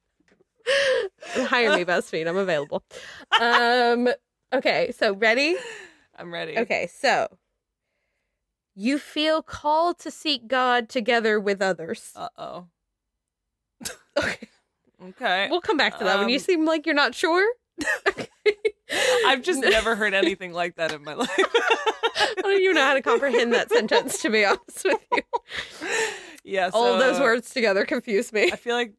Speaker 8: Hire me, BuzzFeed. I'm available. Um, okay, so ready?
Speaker 9: I'm ready.
Speaker 8: Okay, so you feel called to seek God together with others.
Speaker 9: Uh oh.
Speaker 8: Okay,
Speaker 9: Okay.
Speaker 8: we'll come back to that one. You
Speaker 9: Um,
Speaker 8: seem like you're not sure.
Speaker 9: I've just never heard anything like that in my life.
Speaker 8: I don't even know how to comprehend that sentence, to be honest with you.
Speaker 9: yeah. So,
Speaker 8: All those words together confuse me.
Speaker 9: I feel like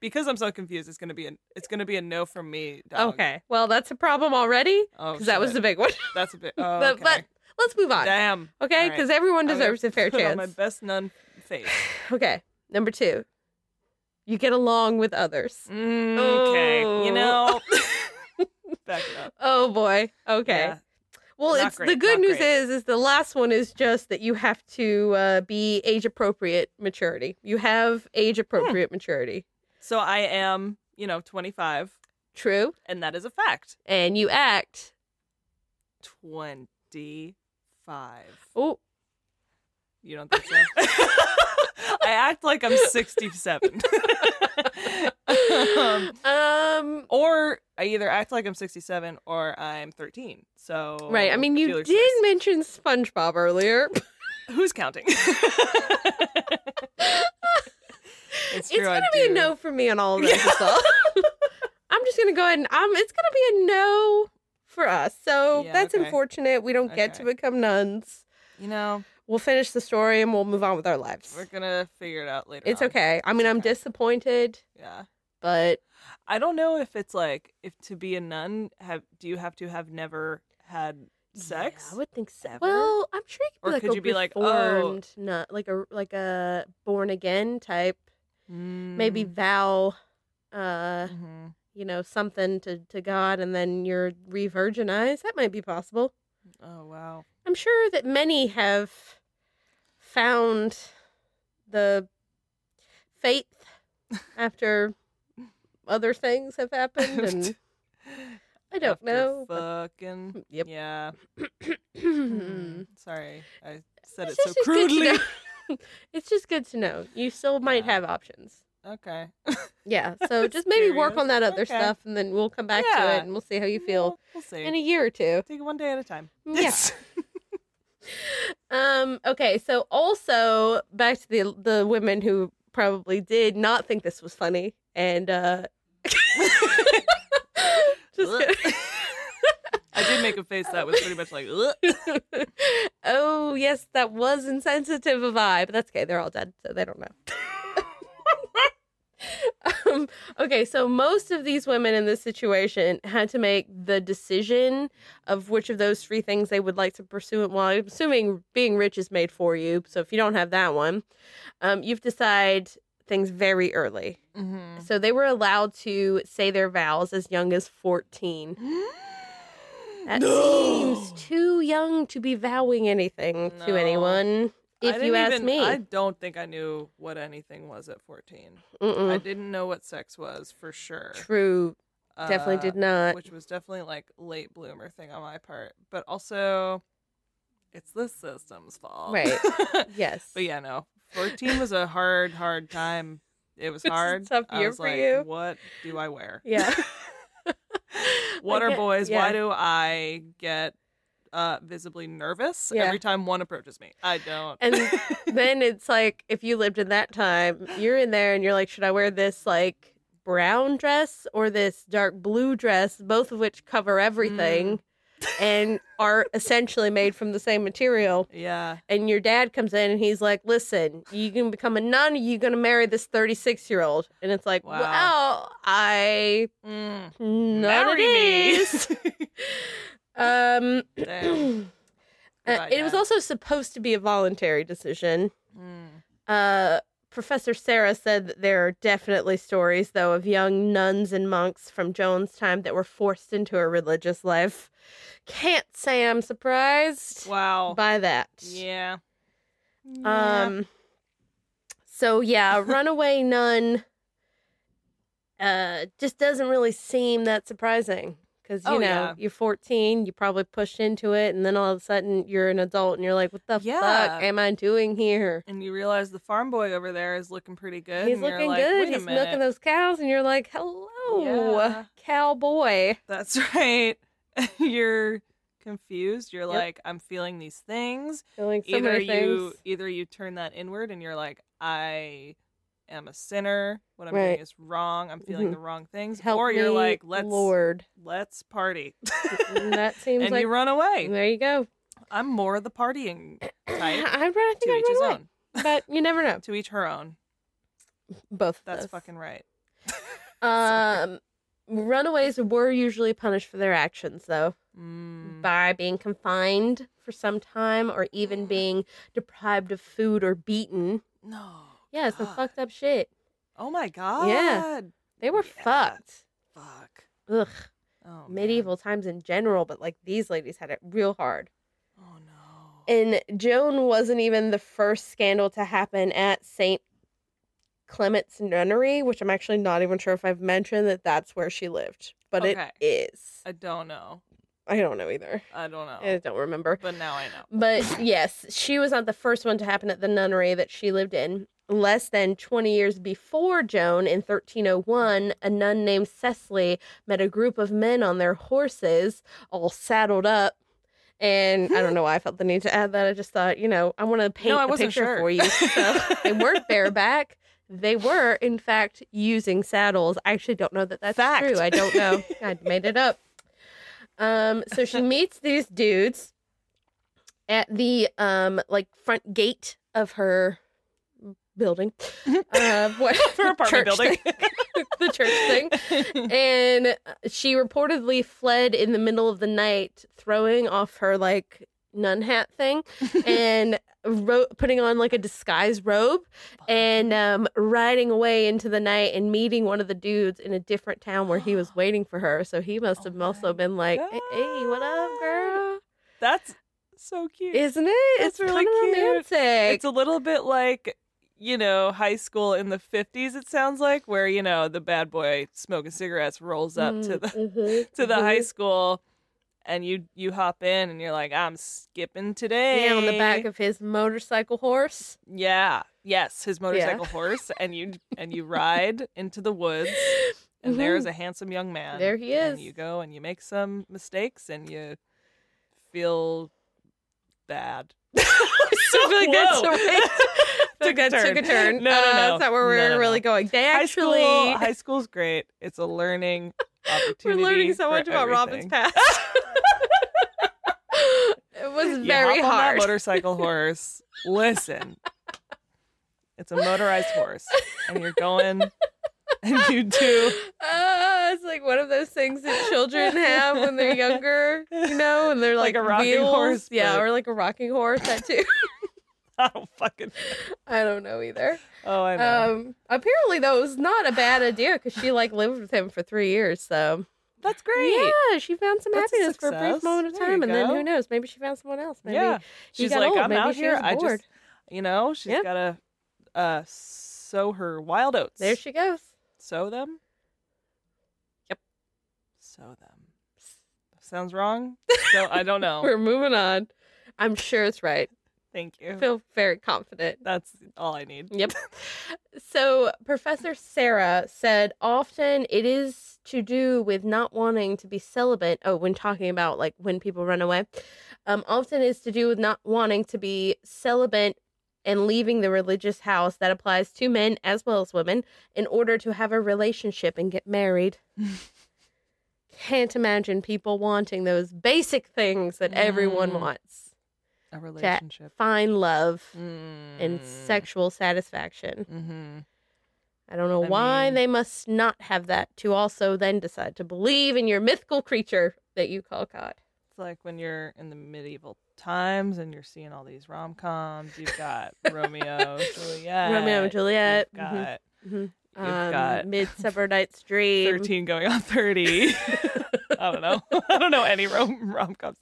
Speaker 9: because I'm so confused, it's gonna be a it's gonna be a no from me. Dog.
Speaker 8: Okay, well, that's a problem already
Speaker 9: Oh,
Speaker 8: because that was the
Speaker 9: shit.
Speaker 8: big one.
Speaker 9: That's a bit. Oh,
Speaker 8: but,
Speaker 9: okay.
Speaker 8: but let's move on.
Speaker 9: damn.
Speaker 8: Okay,
Speaker 9: All right.
Speaker 8: because everyone
Speaker 9: I'm gonna
Speaker 8: deserves a fair
Speaker 9: put on
Speaker 8: chance.
Speaker 9: my best nun face.
Speaker 8: Okay, number two, you get along with others.
Speaker 9: Mm, okay.
Speaker 8: Oh.
Speaker 9: You know. Back it up.
Speaker 8: Oh boy. Okay.
Speaker 9: Yeah.
Speaker 8: Well,
Speaker 9: Not
Speaker 8: it's
Speaker 9: great,
Speaker 8: the good
Speaker 9: not
Speaker 8: news
Speaker 9: great.
Speaker 8: is is the last one is just that you have to uh, be age appropriate maturity. You have
Speaker 9: Hmm.
Speaker 8: age appropriate maturity.
Speaker 9: So I am, you know, 25,
Speaker 8: True,
Speaker 9: and that is a fact.
Speaker 8: and you act.
Speaker 9: 25.
Speaker 8: Oh,
Speaker 9: You don't think so? I act like I'm 67. um,
Speaker 8: um,
Speaker 9: or I either act like I'm 67 or I'm 13. So
Speaker 8: right. I mean, you
Speaker 9: dealer's
Speaker 8: did
Speaker 9: choice.
Speaker 8: mention SpongeBob earlier.
Speaker 9: Who's counting? it's
Speaker 8: it's
Speaker 9: true, I
Speaker 8: gonna be a
Speaker 9: do.
Speaker 8: no for me on all of this. is all. I'm just gonna go ahead and um, it's gonna be a no for us. So
Speaker 9: Yeah,
Speaker 8: that's
Speaker 9: okay.
Speaker 8: unfortunate. We don't get to
Speaker 9: Okay.
Speaker 8: become nuns.
Speaker 9: You know,
Speaker 8: We'll finish the story and we'll move on with our lives.
Speaker 9: we're gonna figure it out later.
Speaker 8: It's
Speaker 9: on.
Speaker 8: okay. I mean, I'm
Speaker 9: okay.
Speaker 8: disappointed,
Speaker 9: Yeah.
Speaker 8: but
Speaker 9: I don't know if it's like if to be a nun have do you have to have never had sex?
Speaker 8: Yeah, I would think so.
Speaker 9: Ever?
Speaker 8: Well, I'm sure you could
Speaker 9: Or
Speaker 8: be like
Speaker 9: could
Speaker 8: a
Speaker 9: you be like, oh.
Speaker 8: reformed, not like a like a born again type.
Speaker 9: Mm,
Speaker 8: Maybe
Speaker 9: Mm-hmm.
Speaker 8: vow, uh,
Speaker 9: Mhm.
Speaker 8: you know, something to to God, and then you're re-virginized. That might be possible.
Speaker 9: Oh wow.
Speaker 8: I'm sure that many have found the faith after other things have happened, and I don't
Speaker 9: After
Speaker 8: know. but- mm,
Speaker 9: Fucking.
Speaker 8: Yep.
Speaker 9: Yeah. Mm,
Speaker 8: Hmm.
Speaker 9: Sorry, I said
Speaker 8: It's
Speaker 9: it Mm-hmm.
Speaker 8: just
Speaker 9: so
Speaker 8: good to
Speaker 9: crudely.
Speaker 8: know. it's just good to know. You still might
Speaker 9: Yeah.
Speaker 8: have options.
Speaker 9: Okay.
Speaker 8: Yeah. So just maybe work
Speaker 9: Serious?
Speaker 8: on that other
Speaker 9: Okay.
Speaker 8: stuff and then we'll come back to
Speaker 9: Yeah.
Speaker 8: it and we'll see how you feel
Speaker 9: We'll, we'll see.
Speaker 8: in a year or two.
Speaker 9: Take it one day at a time.
Speaker 8: Yeah. Um okay, so also back to the the women who probably did not think this was funny and uh just kidding.
Speaker 9: I did make a face that was pretty much like. "Ugh."
Speaker 8: oh yes, that was insensitive of I, but that's okay. They're all dead, so they don't know. um, okay, so most of these women in this situation had to make the decision of which of those three things they would like to pursue. Well, I'm assuming being rich is made for you, so if you don't have that one, um, you've decided things very early.
Speaker 9: Mm-hmm.
Speaker 8: So they were allowed to say their vows as young as 14. That seems too young to be vowing anything
Speaker 9: No.
Speaker 8: to anyone.
Speaker 9: I
Speaker 8: If you
Speaker 9: didn't
Speaker 8: ask
Speaker 9: even-
Speaker 8: me,
Speaker 9: I don't think I knew what anything was at 14.
Speaker 8: Mm-mm.
Speaker 9: I didn't know what sex was for sure.
Speaker 8: Mm. true. Definitely did not.
Speaker 9: Uh, Which was definitely like late bloomer thing on my part, but also it's this system's fault,
Speaker 8: Right. Yes.
Speaker 9: but yeah, no, fourteen was a hard, hard time. It was
Speaker 8: It's a
Speaker 9: hard.
Speaker 8: tough
Speaker 9: I
Speaker 8: year
Speaker 9: was
Speaker 8: for
Speaker 9: like,
Speaker 8: you.
Speaker 9: What do I wear?
Speaker 8: Yeah.
Speaker 9: What
Speaker 8: I
Speaker 9: are
Speaker 8: get-
Speaker 9: boys?
Speaker 8: yeah.
Speaker 9: Why do I get uh, visibly nervous
Speaker 8: Yeah.
Speaker 9: every time one approaches me? I don't.
Speaker 8: And then it's like if you lived in that time, you're in there and you're like, should I wear this like brown dress or this dark blue dress, both of which cover everything
Speaker 9: Mm.
Speaker 8: and are essentially made from the same material.
Speaker 9: yeah.
Speaker 8: And your dad comes in and he's like, listen, you can become a nun, or you going to marry this 36 year old. And it's like,
Speaker 9: Wow.
Speaker 8: well, I.
Speaker 9: Mm.
Speaker 8: None of
Speaker 9: Marry me.
Speaker 8: these. um,
Speaker 9: Damn.
Speaker 8: uh,
Speaker 9: Goodbye,
Speaker 8: it was
Speaker 9: Dad.
Speaker 8: also supposed to be a voluntary decision.
Speaker 9: Mm.
Speaker 8: Uh, Professor Sarah said that there are definitely stories, though, of young nuns and monks from Joan's time that were forced into a religious life. Can't say I'm surprised
Speaker 9: Wow.
Speaker 8: by that.
Speaker 9: Yeah.
Speaker 8: Um. So yeah, runaway nun. Uh, just doesn't really seem that surprising because you
Speaker 9: Oh,
Speaker 8: know
Speaker 9: yeah.
Speaker 8: you're 14, you probably pushed into it, and then all of a sudden you're an adult and you're like, "What the
Speaker 9: Yeah.
Speaker 8: fuck am I doing here?"
Speaker 9: and you realize the farm boy over there is looking pretty good.
Speaker 8: He's
Speaker 9: and you're
Speaker 8: looking
Speaker 9: like,
Speaker 8: good.
Speaker 9: Wait a
Speaker 8: He's
Speaker 9: minute.
Speaker 8: milking those cows, and you're like, "Hello,
Speaker 9: Yeah.
Speaker 8: cowboy."
Speaker 9: That's right. you're confused. You're
Speaker 8: Yep.
Speaker 9: like, I'm feeling these things.
Speaker 8: Feeling so
Speaker 9: either
Speaker 8: many
Speaker 9: you
Speaker 8: things.
Speaker 9: either you turn that inward and you're like, I am a sinner. What I'm
Speaker 8: Right.
Speaker 9: doing is wrong. I'm feeling
Speaker 8: Mhm.
Speaker 9: the wrong things.
Speaker 8: Help
Speaker 9: or you're
Speaker 8: me,
Speaker 9: like, let's
Speaker 8: Lord.
Speaker 9: let's party.
Speaker 8: And that seems
Speaker 9: and
Speaker 8: like
Speaker 9: you run away.
Speaker 8: there you go.
Speaker 9: I'm more the partying type.
Speaker 8: I, I think
Speaker 9: to
Speaker 8: I
Speaker 9: each
Speaker 8: run
Speaker 9: his
Speaker 8: away.
Speaker 9: own.
Speaker 8: but you never know.
Speaker 9: To each her own.
Speaker 8: Both. of
Speaker 9: That's
Speaker 8: us.
Speaker 9: fucking right.
Speaker 8: Um, runaways were usually punished for their actions, though,
Speaker 9: Mm.
Speaker 8: by being confined for some time or even being deprived of food or beaten.
Speaker 9: No.
Speaker 8: Yeah, some
Speaker 9: God.
Speaker 8: fucked up shit.
Speaker 9: Oh my god.
Speaker 8: They were
Speaker 9: Yeah.
Speaker 8: fucked.
Speaker 9: Fuck.
Speaker 8: Ugh,
Speaker 9: Oh, man.
Speaker 8: medieval times in general, but like these ladies had it real hard.
Speaker 9: Oh no.
Speaker 8: And Joan wasn't even the first scandal to happen at St. Clement's Nunnery, which I'm actually not even sure if I've mentioned that that's where she lived, but
Speaker 9: Okay.
Speaker 8: it is.
Speaker 9: I don't know.
Speaker 8: I don't know either.
Speaker 9: I don't know.
Speaker 8: I don't remember.
Speaker 9: but now I know.
Speaker 8: But yes, she was not the first one to happen at the nunnery that she lived in. Less than 20 years before Joan in 1301, a nun named Cecily met a group of men on their horses, all saddled up. And I don't know why I felt the need to add that. I just thought, you know, I want to paint
Speaker 9: I
Speaker 8: a
Speaker 9: wasn't
Speaker 8: picture
Speaker 9: sure.
Speaker 8: for you. So they weren't bareback. They were, in fact, using saddles. I actually don't know that that's
Speaker 9: Fact.
Speaker 8: true. I don't know. I made it up. Um, so she meets these dudes at the um like front gate of her building, uh, what
Speaker 9: Her apartment
Speaker 8: church
Speaker 9: building.
Speaker 8: thing. the church thing, and uh, she reportedly fled in the middle of the night, throwing off her like nun hat thing, and ro- putting on like a disguise robe, and um, riding away into the night and meeting one of the dudes in a different town where he was waiting for her. So he
Speaker 9: Oh
Speaker 8: must have also been like, "Hey, hey, what up, girl?"
Speaker 9: That's so cute.
Speaker 8: Isn't it?
Speaker 9: That's
Speaker 8: it's really
Speaker 9: really cute.
Speaker 8: romantic.
Speaker 9: it's a little bit like you know high school in the 50s it sounds like where you know the bad boy smoking cigarettes rolls up to the
Speaker 8: Mhm,
Speaker 9: to the high
Speaker 8: mhm.
Speaker 9: school and you you hop in and you're like i'm skipping today
Speaker 8: Yeah, on the back of his motorcycle horse.
Speaker 9: Yeah. Yes, his motorcycle horse, and you and you ride into the woods, and
Speaker 8: Mhm.
Speaker 9: there's a handsome young man.
Speaker 8: There he
Speaker 9: And
Speaker 8: is.
Speaker 9: you go and you make some mistakes, and you feel bad.
Speaker 8: I feel like that's
Speaker 9: Whoa.
Speaker 8: the right- I feel like
Speaker 9: Took a
Speaker 8: that took a
Speaker 9: turn.
Speaker 8: turn.
Speaker 9: No, no,
Speaker 8: Uh,
Speaker 9: no.
Speaker 8: that's not where we're
Speaker 9: No, no,
Speaker 8: really
Speaker 9: no.
Speaker 8: going. They
Speaker 9: High
Speaker 8: actually
Speaker 9: school, high school's great. It's a learning
Speaker 8: we're
Speaker 9: opportunity.
Speaker 8: learning so
Speaker 9: for
Speaker 8: much about Robin's
Speaker 9: everything.
Speaker 8: past. it was
Speaker 9: You
Speaker 8: very
Speaker 9: hop on that
Speaker 8: hard.
Speaker 9: motorcycle horse. Listen, it's a motorized horse, and you're going, and you do.
Speaker 8: Uh, it's like one of those things that children have when they're younger, you know, and they're like,
Speaker 9: Like a rocking
Speaker 8: wheels.
Speaker 9: horse,
Speaker 8: yeah,
Speaker 9: but-
Speaker 8: or like a rocking horse. That too.
Speaker 9: I don't fucking.
Speaker 8: I don't know either.
Speaker 9: Oh, I know.
Speaker 8: Um, apparently though, it was not a bad idea because she like lived with him for three years. So
Speaker 9: That's great.
Speaker 8: Yeah, she found some
Speaker 9: That's a
Speaker 8: happiness for a brief
Speaker 9: success.
Speaker 8: moment of
Speaker 9: There
Speaker 8: time,
Speaker 9: you
Speaker 8: and then
Speaker 9: go.
Speaker 8: who knows? Maybe she found someone else. Maybe
Speaker 9: yeah.
Speaker 8: he
Speaker 9: She's
Speaker 8: got
Speaker 9: like,
Speaker 8: old.
Speaker 9: I'm
Speaker 8: Maybe
Speaker 9: out
Speaker 8: she
Speaker 9: here.
Speaker 8: was
Speaker 9: I
Speaker 8: bored."
Speaker 9: just, you know, she's
Speaker 8: Yeah.
Speaker 9: gotta uh, sow her wild oats.
Speaker 8: there she goes.
Speaker 9: sow them. sow them. Sounds wrong? So I don't know.
Speaker 8: We're moving on. I'm sure it's right.
Speaker 9: Thank
Speaker 8: I
Speaker 9: you.
Speaker 8: feel very confident.
Speaker 9: That's all I need.
Speaker 8: Yep. so Professor Sarah said often it is to do with not wanting to be celibate. Oh, when talking about like when people run away, um, often is to do with not wanting to be celibate and leaving the religious house that applies to men as well as women in order to have a relationship and get married. Can't imagine people wanting those basic things that everyone
Speaker 9: Mm.
Speaker 8: wants
Speaker 9: A
Speaker 8: to
Speaker 9: relationship.
Speaker 8: find love
Speaker 9: Mm.
Speaker 8: and sexual satisfaction.
Speaker 9: Mm-hmm.
Speaker 8: I don't know
Speaker 9: I
Speaker 8: why
Speaker 9: mean-
Speaker 8: they must not have that to also then decide to believe in your mythical creature that you call God.
Speaker 9: It's like when you're in the medieval times and you're seeing all these rom coms. You've got Romeo, Juliet.
Speaker 8: Romeo and Juliet.
Speaker 9: You've got,
Speaker 8: mhm, mhm.
Speaker 9: you've got
Speaker 8: Midsummer Night's Dream.
Speaker 9: 13 going on 30. I don't know. I don't know any rom rom coms.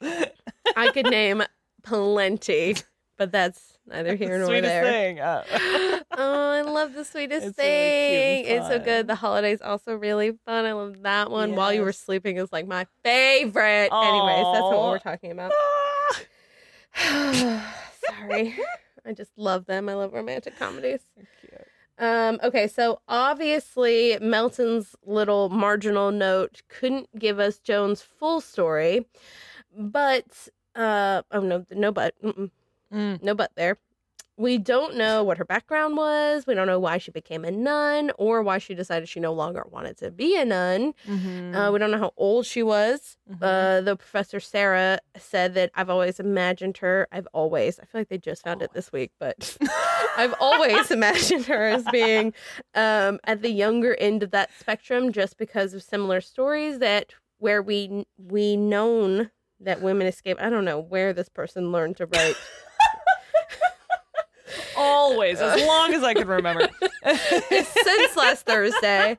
Speaker 8: I could name plenty, but that's neither here nor
Speaker 9: Sweetest
Speaker 8: there.
Speaker 9: thing. Uh,
Speaker 8: oh, I love the sweetest
Speaker 9: It's really
Speaker 8: thing.
Speaker 9: cute and
Speaker 8: it's so
Speaker 9: fun.
Speaker 8: good. The holidays also really fun. I love that one. While you were
Speaker 9: Yes.
Speaker 8: sleeping is like my favorite. Anyways, that's what
Speaker 9: Aw.
Speaker 8: we're talking about. Sorry. I just love them. I love romantic comedies.
Speaker 9: cute.
Speaker 8: Um, okay, so obviously Melton's little marginal note couldn't give us Joan's full story, but uh, oh no, no but, mm-mm,
Speaker 9: Mm.
Speaker 8: no but there. We don't know what her background was. We don't know why she became a nun or why she decided she no longer wanted to be a nun.
Speaker 9: Mhm.
Speaker 8: Uh, we don't know how old she was.
Speaker 9: Mhm.
Speaker 8: Uh, the professor Sarah said that I've always imagined her. I've always. I feel like they just found it this week, but I've always imagined her as being um, at the younger end of that spectrum, just because of similar stories that where we we known that women escape. I don't know where this person learned to write.
Speaker 9: Always, as long as I can remember.
Speaker 8: since last Thursday.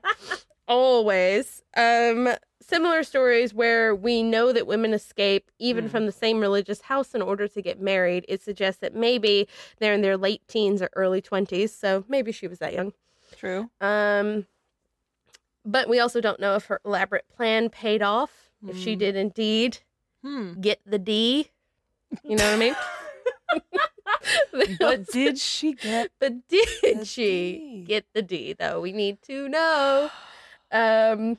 Speaker 8: Always. Um, similar stories where we know that women escape even from the same religious house in order to get married. It suggests that maybe they're in their late teens or early 20s. So maybe she was that young.
Speaker 9: True.
Speaker 8: Um, but we also don't know if her elaborate plan paid off, if she did indeed
Speaker 9: Hmm.
Speaker 8: get the D. You know what I mean?
Speaker 9: But did she get?
Speaker 8: But did
Speaker 9: The
Speaker 8: she
Speaker 9: D.
Speaker 8: get the D though? We need to know. Um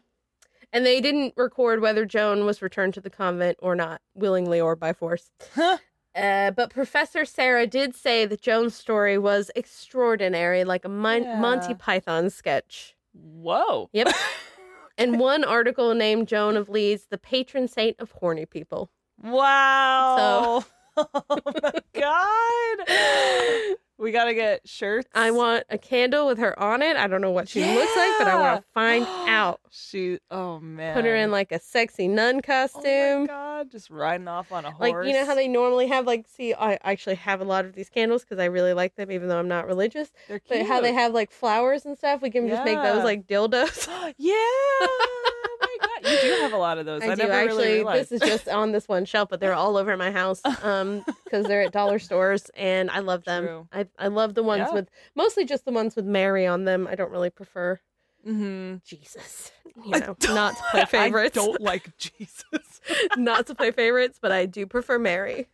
Speaker 8: and they didn't record whether Joan was returned to the convent or not, willingly or by force.
Speaker 9: Huh.
Speaker 8: Uh, but Professor Sarah did say that Joan's story was extraordinary, like a Mon-
Speaker 9: Yeah.
Speaker 8: Monty Python sketch.
Speaker 9: Whoa.
Speaker 8: Yep. and one article named Joan of Leeds the patron saint of horny people.
Speaker 9: Wow. oh my god. We gotta get shirts.
Speaker 8: I want a candle with her on it. I don't know what she looks like, but I want to
Speaker 9: Yeah.
Speaker 8: find out.
Speaker 9: She. Oh man.
Speaker 8: Put her in like a sexy nun
Speaker 9: Oh
Speaker 8: costume.
Speaker 9: my god! Just riding off on a horse.
Speaker 8: like you know how they normally have like see i actually have a lot of these candles because i really like them even though i'm not religious
Speaker 9: They're
Speaker 8: but
Speaker 9: cute.
Speaker 8: how they have like flowers and stuff we can just make
Speaker 9: Yeah.
Speaker 8: those like dildos
Speaker 9: yeah. Oh my god. You do have a lot of those.
Speaker 8: do
Speaker 9: I, never
Speaker 8: actually
Speaker 9: really realized.
Speaker 8: this is just on this one shelf but they're all over my house um because they're at dollar stores and i love them
Speaker 9: True.
Speaker 8: I, I love the ones
Speaker 9: Yeah.
Speaker 8: with mostly just the ones with mary on them i don't really prefer
Speaker 9: mm-hmm.
Speaker 8: jesus you know not to play favorites
Speaker 9: I don't like Jesus.
Speaker 8: not to play favorites but i do prefer mary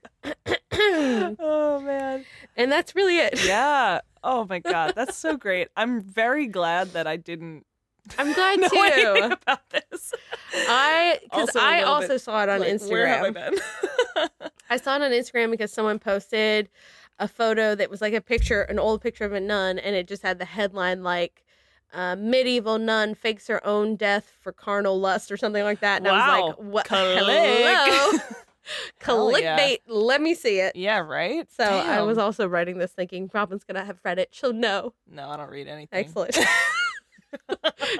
Speaker 8: and
Speaker 9: oh man.
Speaker 8: that's really it
Speaker 9: Yeah. Oh my god, that's so great. I'm very glad that I didn't
Speaker 8: i'm glad
Speaker 9: know
Speaker 8: too
Speaker 9: anything about this.
Speaker 8: I because
Speaker 9: Also a
Speaker 8: I
Speaker 9: little
Speaker 8: also
Speaker 9: bit,
Speaker 8: saw it on
Speaker 9: Like,
Speaker 8: Instagram.
Speaker 9: Where have I been?
Speaker 8: I saw it on Instagram because someone posted a photo that was like a picture, an old picture of a nun, and it just had the headline like uh, "Medieval nun fakes her own death for carnal lust" or something like that. And I was like,
Speaker 9: Wow.
Speaker 8: "What?
Speaker 9: Click.
Speaker 8: Hello,
Speaker 9: Hell yeah.
Speaker 8: clickbait. Let me see it."
Speaker 9: yeah, right.
Speaker 8: So I
Speaker 9: Damn.
Speaker 8: was also writing this thinking Robin's gonna have read it. She'll know.
Speaker 9: No, I don't read anything.
Speaker 8: Excellent.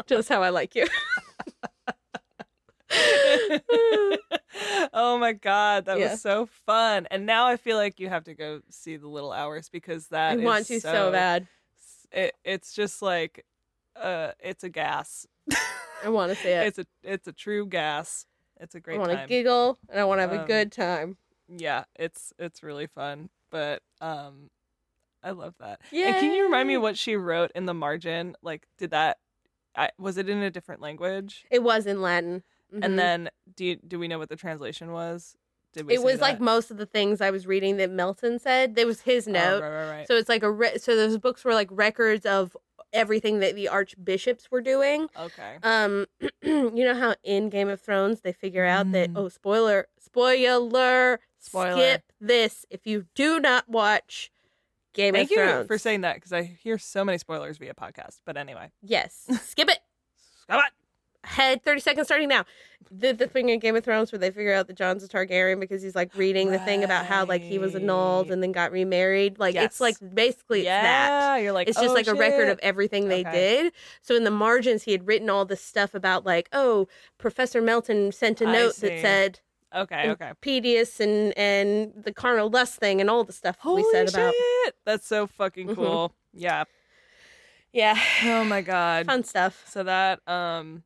Speaker 8: just how I like you.
Speaker 9: oh my god, that
Speaker 8: Yeah.
Speaker 9: was so fun. And now I feel like you have to go see the little hours because that
Speaker 8: I
Speaker 9: is
Speaker 8: want you so bad.
Speaker 9: It, it's just like uh it's a gas.
Speaker 8: I want to see it.
Speaker 9: It's a it's a true gas. It's a great
Speaker 8: I want to
Speaker 9: time.
Speaker 8: giggle and I want to have a
Speaker 9: Um,
Speaker 8: good time.
Speaker 9: yeah, it's it's really fun. But um I love that. And can you remind me
Speaker 8: Yay!
Speaker 9: what she wrote in the margin? Like did that I, was it in a different language?
Speaker 8: It was in Latin. Mhm.
Speaker 9: And then do you, do we know what the translation was? Did we
Speaker 8: it
Speaker 9: say
Speaker 8: was like
Speaker 9: that?
Speaker 8: most of the things I was reading that Melton said. That was his
Speaker 9: Oh,
Speaker 8: note.
Speaker 9: right, right, right.
Speaker 8: So it's like a re- so those books were like records of everything that the archbishops were doing.
Speaker 9: okay.
Speaker 8: Um, you know how in Game of Thrones they figure out that
Speaker 9: Mm.
Speaker 8: oh spoiler spoiler
Speaker 9: Spoiler.
Speaker 8: skip this if you do not watch Game
Speaker 9: Thank
Speaker 8: of
Speaker 9: you
Speaker 8: Thrones
Speaker 9: for saying that because I hear so many spoilers via podcast. But anyway,
Speaker 8: yes skip it
Speaker 9: come on.
Speaker 8: head 30 seconds starting now the, the thing in game of thrones where they figure out that john's a targaryen because he's like reading the thing about how like he was annulled
Speaker 9: Right.
Speaker 8: and then got remarried like it's
Speaker 9: Yes.
Speaker 8: like basically it's
Speaker 9: yeah,
Speaker 8: that
Speaker 9: you're like
Speaker 8: it's just
Speaker 9: "Oh,
Speaker 8: like a record
Speaker 9: shit."
Speaker 8: of everything they
Speaker 9: Okay.
Speaker 8: did so in the margins he had written all this stuff about like oh professor melton sent a
Speaker 9: I
Speaker 8: note
Speaker 9: see.
Speaker 8: that said
Speaker 9: Okay, okay.
Speaker 8: pedius and and the carnal lust thing and all the stuff that we said about
Speaker 9: shit! That's so fucking
Speaker 8: Mhm.
Speaker 9: cool. Yeah.
Speaker 8: yeah
Speaker 9: Oh my god.
Speaker 8: fun stuff
Speaker 9: So that um,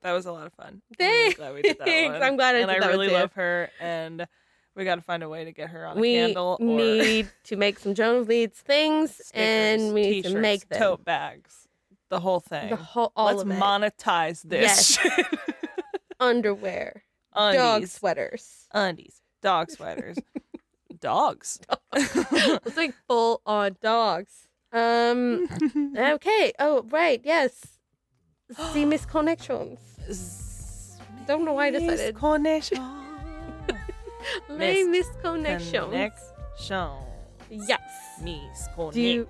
Speaker 9: that was a lot of fun.
Speaker 8: Thanks.
Speaker 9: I'm really glad we did that one.
Speaker 8: I'm glad I
Speaker 9: and
Speaker 8: did
Speaker 9: I
Speaker 8: that one
Speaker 9: really
Speaker 8: too.
Speaker 9: love her, and we got to find a way to get her on
Speaker 8: we
Speaker 9: a candle or
Speaker 8: need to make some joan of leeds things
Speaker 9: stickers,
Speaker 8: and we need to
Speaker 9: t-shirts,
Speaker 8: make them
Speaker 9: tote bags, the whole thing.
Speaker 8: The whole, all
Speaker 9: Let's
Speaker 8: of it.
Speaker 9: monetize this. shit.
Speaker 8: Underwear, dog
Speaker 9: undies,
Speaker 8: sweaters.
Speaker 9: undies, dog sweaters, dogs.
Speaker 8: Oh, It's like full on dogs. Um. okay. Oh, right. Yes. See misconnections. Don't know why I decided.
Speaker 9: Misconnection.
Speaker 8: Les misconnections.
Speaker 9: Connection.
Speaker 8: Yes.
Speaker 9: Misconnect.
Speaker 8: Do you?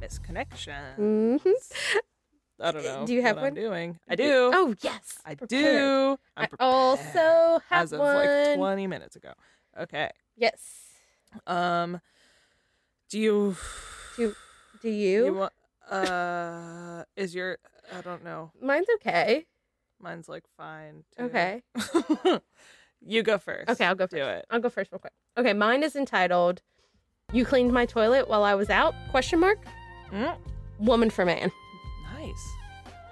Speaker 9: Misconnection.
Speaker 8: hmm
Speaker 9: I don't know.
Speaker 8: eh, do you have
Speaker 9: what
Speaker 8: one?
Speaker 9: I'm doing. I do.
Speaker 8: Oh yes.
Speaker 9: I
Speaker 8: prepared.
Speaker 9: do.
Speaker 8: I
Speaker 9: I'm prepared.
Speaker 8: also have
Speaker 9: as of
Speaker 8: one.
Speaker 9: like 20 minutes ago. Okay.
Speaker 8: yes.
Speaker 9: Um. Do you?
Speaker 8: Do do
Speaker 9: you
Speaker 8: you?
Speaker 9: want, uh. Is your? I don't know.
Speaker 8: Mine's okay.
Speaker 9: Mine's like fine. too.
Speaker 8: Okay.
Speaker 9: you go first.
Speaker 8: Okay, I'll go first.
Speaker 9: Do it.
Speaker 8: I'll go first real quick. Okay, mine is entitled "You Cleaned My Toilet While I Was Out?" Question mark.
Speaker 9: Mm.
Speaker 8: Woman for man.
Speaker 9: Nice.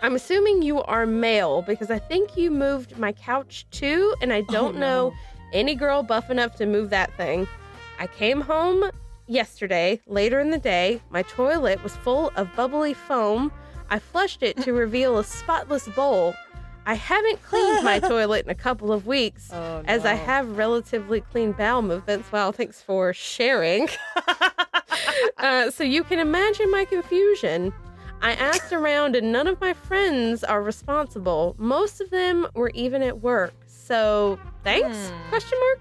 Speaker 8: I'm assuming you are male because I think you moved my couch too, and I don't know
Speaker 9: Oh, no.
Speaker 8: any girl buff enough to move that thing. I came home yesterday, later in the day. My toilet was full of bubbly foam. I flushed it to reveal a spotless bowl. I haven't cleaned my toilet in a couple of weeks,
Speaker 9: Oh,
Speaker 8: as I
Speaker 9: no.
Speaker 8: have relatively clean bowel movements. Wow, thanks for sharing. uh, so you can imagine my confusion. I asked around, and none of my friends are responsible. Most of them were even at work. So thanks?
Speaker 9: Hmm.
Speaker 8: Question mark.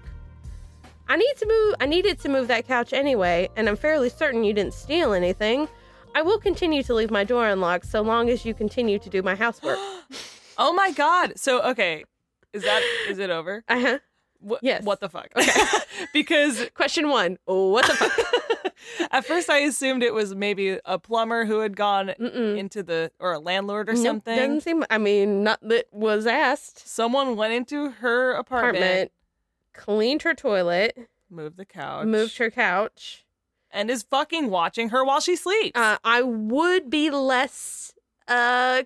Speaker 8: I need to move. I needed to move that couch anyway, and I'm fairly certain you didn't steal anything. I will continue to leave my door unlocked so long as you continue to do my housework.
Speaker 9: Oh my god. So okay, is that is it over?
Speaker 8: Uh huh.
Speaker 9: Wh-
Speaker 8: Yes.
Speaker 9: What the fuck? Okay. because
Speaker 8: Question one. What the fuck?
Speaker 9: at first I assumed it was maybe a plumber who had gone
Speaker 8: Mm-mm.
Speaker 9: into the or a landlord or
Speaker 8: Nope,
Speaker 9: something.
Speaker 8: doesn't seem. I mean, not that was asked.
Speaker 9: Someone went into her apartment,
Speaker 8: Apartment. Cleaned her toilet.
Speaker 9: moved the couch,
Speaker 8: Moved her couch.
Speaker 9: and is fucking watching her while she sleeps.
Speaker 8: uh, I would be less uh,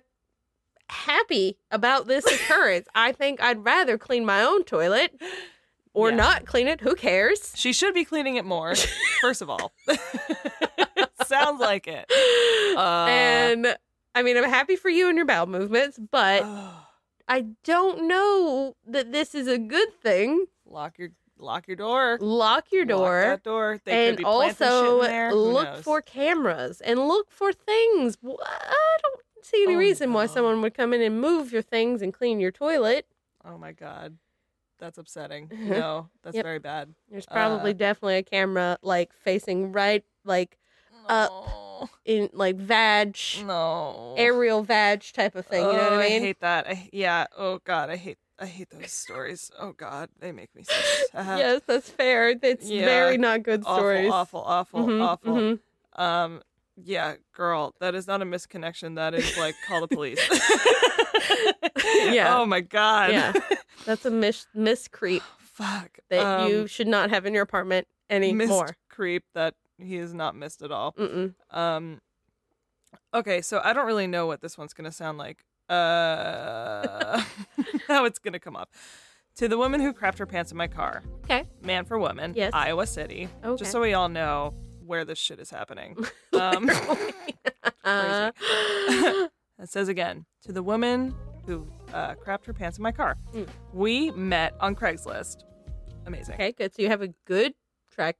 Speaker 8: happy about this occurrence. I think I'd rather clean my own toilet or
Speaker 9: Yeah.
Speaker 8: not clean it. Who cares?
Speaker 9: she should be cleaning it more. first of all, sounds like it. Uh,
Speaker 8: and I mean, I'm happy for you and your bowel movements, but
Speaker 9: Uh.
Speaker 8: I don't know that this is a good thing.
Speaker 9: lock your lock your door.
Speaker 8: Lock your door.
Speaker 9: Lock that door. They
Speaker 8: and
Speaker 9: could be planting shit
Speaker 8: also
Speaker 9: in there. Who
Speaker 8: look
Speaker 9: knows?
Speaker 8: for cameras and look for things. Wh- I don't see any
Speaker 9: Oh,
Speaker 8: reason why
Speaker 9: no.
Speaker 8: someone would come in and move your things and clean your toilet.
Speaker 9: Oh my god, that's upsetting. No, that's
Speaker 8: Yep.
Speaker 9: very bad.
Speaker 8: There's
Speaker 9: Uh,
Speaker 8: probably definitely a camera like facing right, like Up.
Speaker 9: No.
Speaker 8: in like vag,
Speaker 9: no.
Speaker 8: aerial vag type of thing. You know
Speaker 9: Mm. Oh,
Speaker 8: what I mean?
Speaker 9: hate that. I, yeah. Oh god, I hate. I hate those stories. Oh god, they make me so sad.
Speaker 8: yes, that's fair. It's
Speaker 9: Yeah.
Speaker 8: very not good
Speaker 9: awful,
Speaker 8: stories.
Speaker 9: awful, awful,
Speaker 8: Mhm,
Speaker 9: awful.
Speaker 8: mhm.
Speaker 9: Um, yeah, girl, that is not a misconnection. That is like call the police.
Speaker 8: Yeah.
Speaker 9: Oh my god.
Speaker 8: Yeah, that's a mis miscreep
Speaker 9: Fuck.
Speaker 8: that
Speaker 9: Um,
Speaker 8: you should not have in your apartment
Speaker 9: missed
Speaker 8: anymore.
Speaker 9: creep that he is not missed at all.
Speaker 8: Mm-mm.
Speaker 9: Um Okay, so I don't really know what this one's gonna sound like. Uh how it's gonna come up. To the woman who crapped her pants in my car.
Speaker 8: Okay.
Speaker 9: Man for woman,
Speaker 8: Yes.
Speaker 9: Iowa City.
Speaker 8: Okay.
Speaker 9: Just so we all know where this shit is happening. Um
Speaker 8: Uh,
Speaker 9: It says again, to the woman who uh, crapped her pants in my car.
Speaker 8: Mm.
Speaker 9: We met on Craigslist. Amazing.
Speaker 8: Okay, good. So you have a good track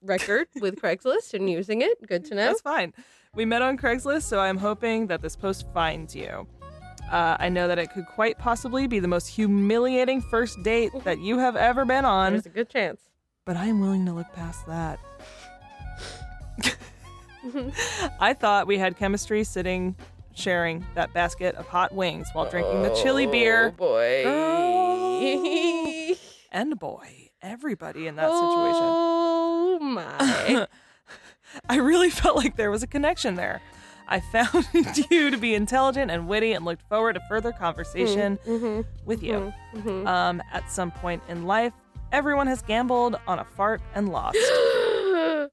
Speaker 8: record with Craigslist and using it. Good to know.
Speaker 9: That's fine. We met on Craigslist, so I'm hoping that this post finds you. Uh, I know that it could quite possibly be the most humiliating first date that you have ever been on,
Speaker 8: There's a good chance.
Speaker 9: but I am willing to look past that. I thought we had chemistry sitting, sharing that basket of hot wings while drinking the chili beer.
Speaker 8: boy.
Speaker 9: And boy, everybody in that situation.
Speaker 8: Oh my.
Speaker 9: I really felt like there was a connection there. I found you to be intelligent and witty and looked forward to further conversation with you. Um, at some point in life, everyone has gambled on a fart and lost.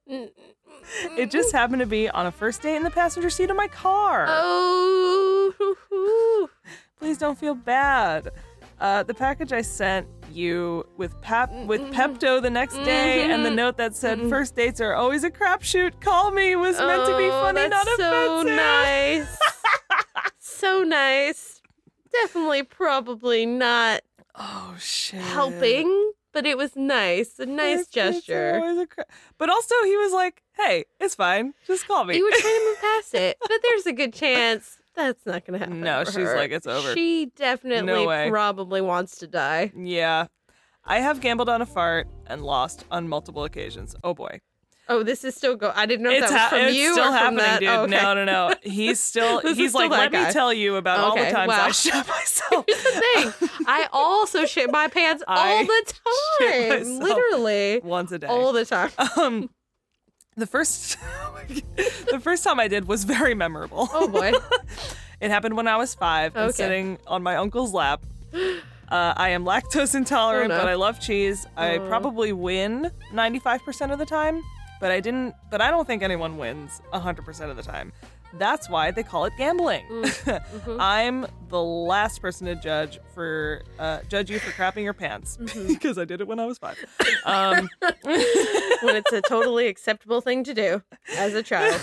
Speaker 9: it just happened to be on a first date in the passenger seat of my car.
Speaker 8: oh. hoo-hoo.
Speaker 9: Please don't feel bad. Uh, the package I sent you with pap with
Speaker 8: Mm-hmm.
Speaker 9: Pepto the next day, and the note that said first dates are always a crapshoot. Call me was meant to be
Speaker 8: Oh,
Speaker 9: funny,
Speaker 8: that's
Speaker 9: not
Speaker 8: so
Speaker 9: offensive.
Speaker 8: nice. so nice. Definitely, probably not
Speaker 9: Oh shit!
Speaker 8: helping, but it was nice. A nice
Speaker 9: First dates are
Speaker 8: gesture.
Speaker 9: always a cra- but also he was like, "Hey, it's fine. Just call me."
Speaker 8: You were trying to move past it, but there's a good chance that's not going to happen.
Speaker 9: No,
Speaker 8: for
Speaker 9: she's
Speaker 8: her.
Speaker 9: like, "It's over."
Speaker 8: She definitely
Speaker 9: No way.
Speaker 8: probably wants to die.
Speaker 9: yeah, I have gambled on a fart and lost on multiple occasions. Oh boy,
Speaker 8: Oh, this is still go. I didn't know if that was
Speaker 9: ha-
Speaker 8: from
Speaker 9: it's
Speaker 8: you
Speaker 9: still
Speaker 8: or from
Speaker 9: happening,
Speaker 8: that.
Speaker 9: dude.
Speaker 8: Oh, okay.
Speaker 9: No, no, no. He's still.
Speaker 8: This is
Speaker 9: he's
Speaker 8: still
Speaker 9: like,
Speaker 8: that
Speaker 9: let
Speaker 8: guy."
Speaker 9: me tell you about all
Speaker 8: Okay,
Speaker 9: the times
Speaker 8: wow.
Speaker 9: I shot myself.
Speaker 8: Here's the thing. I also shit my pants all
Speaker 9: I shit
Speaker 8: the time.
Speaker 9: myself
Speaker 8: Literally.
Speaker 9: once a day.
Speaker 8: All the oh time.
Speaker 9: um, the first, the first time I did was very memorable.
Speaker 8: Oh boy.
Speaker 9: It happened when I was five and
Speaker 8: Okay.
Speaker 9: sitting on my uncle's lap. Uh, I am lactose intolerant,
Speaker 8: Oh, no. Oh.
Speaker 9: but I love cheese. I probably win 95% of the time, but I didn't, but I don't think anyone wins 100% of the time. That's why they call it gambling.
Speaker 8: Mm. Mm-hmm.
Speaker 9: I'm the last person to judge for uh, judge you for crapping your pants
Speaker 8: Mm-hmm.
Speaker 9: because I did it when I was five. Um,
Speaker 8: when it's a totally acceptable thing to do as a child.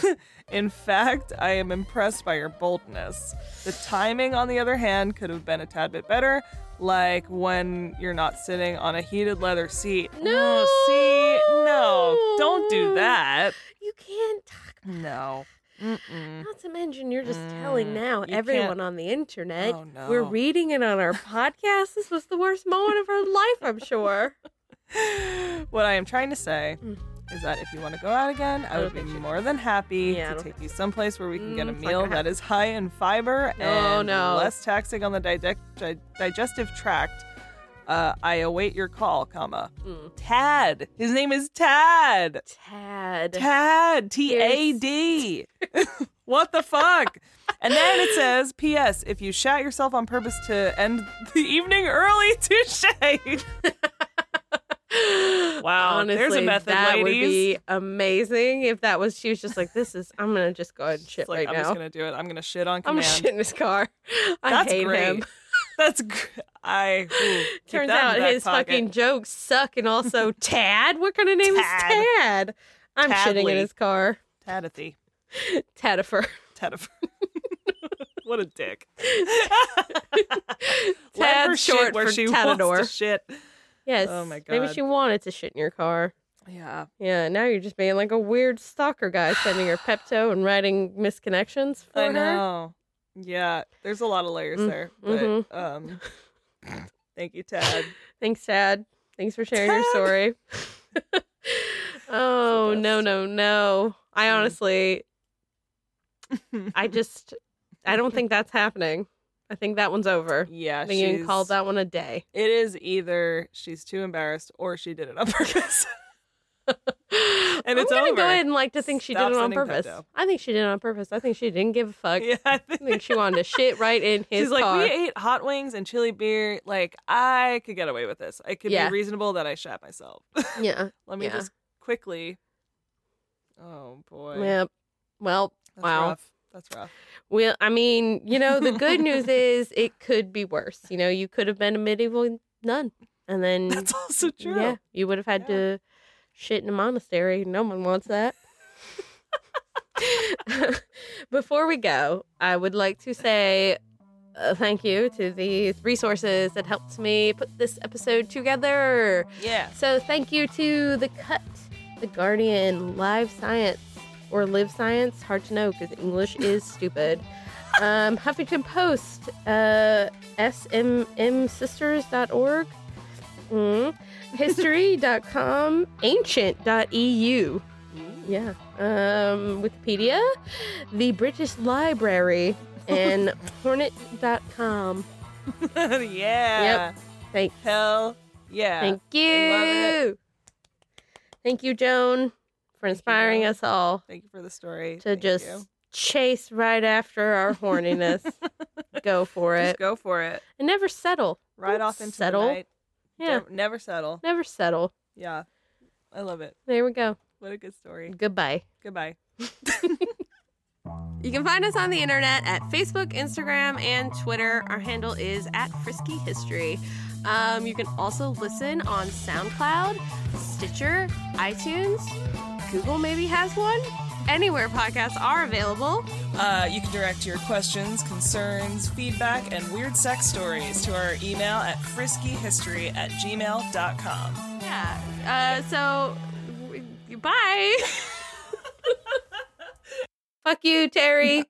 Speaker 9: In fact, I am impressed by your boldness. The timing, on the other hand, could have been a tad bit better, like when you're not sitting on a heated leather seat. No, see, no, don't do that.
Speaker 8: You can't talk.
Speaker 9: No. Mm-mm.
Speaker 8: Not to mention, you're just telling now
Speaker 9: Hmm. Mm, you
Speaker 8: everyone
Speaker 9: can't-
Speaker 8: on the internet.
Speaker 9: Oh, no.
Speaker 8: We're reading it on our podcast. This was the worst moment of her life, I'm sure.
Speaker 9: What I am trying to say is that if you want to go out again, I,
Speaker 8: don't
Speaker 9: would be
Speaker 8: think she-
Speaker 9: more than happy
Speaker 8: Yeah, I
Speaker 9: to
Speaker 8: don't
Speaker 9: take you someplace where we can get a
Speaker 8: Mm, it's not
Speaker 9: meal
Speaker 8: gonna
Speaker 9: that is high in fiber
Speaker 8: No,
Speaker 9: and
Speaker 8: no.
Speaker 9: less taxing on the digest- di- digestive tract. Uh, I await your call, comma. Tad. His name is Tad.
Speaker 8: Tad.
Speaker 9: Tad. T A D. What the fuck? And then it says, P.S. If you shat yourself on purpose to end the evening early, touche. wow.
Speaker 8: Honestly,
Speaker 9: there's a method,
Speaker 8: that
Speaker 9: ladies.
Speaker 8: would be amazing if that was. She was just like, "This is. I'm gonna just go ahead and shit
Speaker 9: It's
Speaker 8: right
Speaker 9: like, I'm
Speaker 8: now.
Speaker 9: just going to do it. I'm going to shit on
Speaker 8: I'm
Speaker 9: command.
Speaker 8: shitting his car. I
Speaker 9: That's
Speaker 8: hate
Speaker 9: great.
Speaker 8: him.
Speaker 9: That's gr- I. ooh, keep
Speaker 8: Turns
Speaker 9: that in
Speaker 8: out
Speaker 9: the back
Speaker 8: his
Speaker 9: pocket.
Speaker 8: fucking jokes suck, and also Tad. What kind of name
Speaker 9: Tad.
Speaker 8: is Tad? I'm shitting in
Speaker 9: Tadley.
Speaker 8: his car.
Speaker 9: Tadathy.
Speaker 8: Tadifer.
Speaker 9: Tadif. what a dick. Let her
Speaker 8: Tad
Speaker 9: shit
Speaker 8: short
Speaker 9: where
Speaker 8: for
Speaker 9: she wants
Speaker 8: Tadador.
Speaker 9: to shit.
Speaker 8: Yes.
Speaker 9: Oh my
Speaker 8: Maybe
Speaker 9: God.
Speaker 8: she wanted to shit in your car.
Speaker 9: Yeah.
Speaker 8: Yeah. Now you're just being like a weird stalker guy, sending her Pepto and writing misconnections for
Speaker 9: I
Speaker 8: her.
Speaker 9: know. Yeah. There's a lot of layers there. But
Speaker 8: mhm.
Speaker 9: um thank you, Tad.
Speaker 8: Thanks, Dad. Thanks for sharing your story. oh
Speaker 9: It's the
Speaker 8: no,
Speaker 9: best.
Speaker 8: no, no! I
Speaker 9: Mm.
Speaker 8: honestly, I just, I don't think that's happening. I think that one's over.
Speaker 9: yeah.
Speaker 8: I think you can call
Speaker 9: she's-
Speaker 8: that one a day.
Speaker 9: It is either she's too embarrassed or she did it on purpose.
Speaker 8: And
Speaker 9: it's
Speaker 8: I'm gonna
Speaker 9: over.
Speaker 8: go ahead and like to think she
Speaker 9: Stop
Speaker 8: did it on
Speaker 9: sending
Speaker 8: purpose.
Speaker 9: Pepto.
Speaker 8: I think she did it on purpose. I think she didn't give a fuck.
Speaker 9: yeah. I
Speaker 8: I
Speaker 9: think
Speaker 8: think she wanted to shit right in his
Speaker 9: She's like,
Speaker 8: car.
Speaker 9: we ate hot wings and chili beer. Like, I could get away with this. It could
Speaker 8: Yeah.
Speaker 9: be reasonable that I shat myself.
Speaker 8: yeah,
Speaker 9: Let me
Speaker 8: Yeah.
Speaker 9: just quickly. Oh boy.
Speaker 8: yep. Well,
Speaker 9: That's
Speaker 8: wow.
Speaker 9: rough. That's rough.
Speaker 8: Well, I mean, you know, the good news is it could be worse. You know, you could have been a medieval nun, and then
Speaker 9: That's also true.
Speaker 8: yeah, you would have had
Speaker 9: Yeah.
Speaker 8: to shit in a monastery. No one wants that. Before we go, I would like to say a thank you to these resources that helped me put this episode together.
Speaker 9: Yeah.
Speaker 8: So thank you to The Cut, The Guardian, Live Science, or Live Science. Hard to know because English is stupid. Um, Huffington Post, uh, smmsisters.org, mm, history.com, ancient.eu. E Yeah. Um, Wikipedia, the British Library, and hornet.com.
Speaker 9: yeah. Yep.
Speaker 8: Thanks.
Speaker 9: Hell yeah.
Speaker 8: Thank
Speaker 9: I love
Speaker 8: you. Thank you, Joan, for inspiring
Speaker 9: Joan.
Speaker 8: us all
Speaker 9: Thank you for the story.
Speaker 8: to
Speaker 9: Thank
Speaker 8: just
Speaker 9: you.
Speaker 8: chase right after our horniness. go for
Speaker 9: Just
Speaker 8: it.
Speaker 9: go for it.
Speaker 8: And never settle.
Speaker 9: Right
Speaker 8: Don't
Speaker 9: off into
Speaker 8: settle.
Speaker 9: the night.
Speaker 8: Yeah.
Speaker 9: Don't- never settle.
Speaker 8: Never settle.
Speaker 9: Yeah. I love it.
Speaker 8: There we go.
Speaker 9: What a good story.
Speaker 8: Goodbye.
Speaker 9: Goodbye.
Speaker 1: You can find us on the internet at Facebook, Instagram, and Twitter. Our handle is at Frisky History. Um, you can also listen on SoundCloud, Stitcher, iTunes, Google maybe has one. Anywhere podcasts are available.
Speaker 10: Uh, you can direct your questions, concerns, feedback, and weird sex stories to our email at friskyhistory at gmail.com.
Speaker 1: Yeah. Uh, so, w- bye.
Speaker 8: Fuck you, Terry.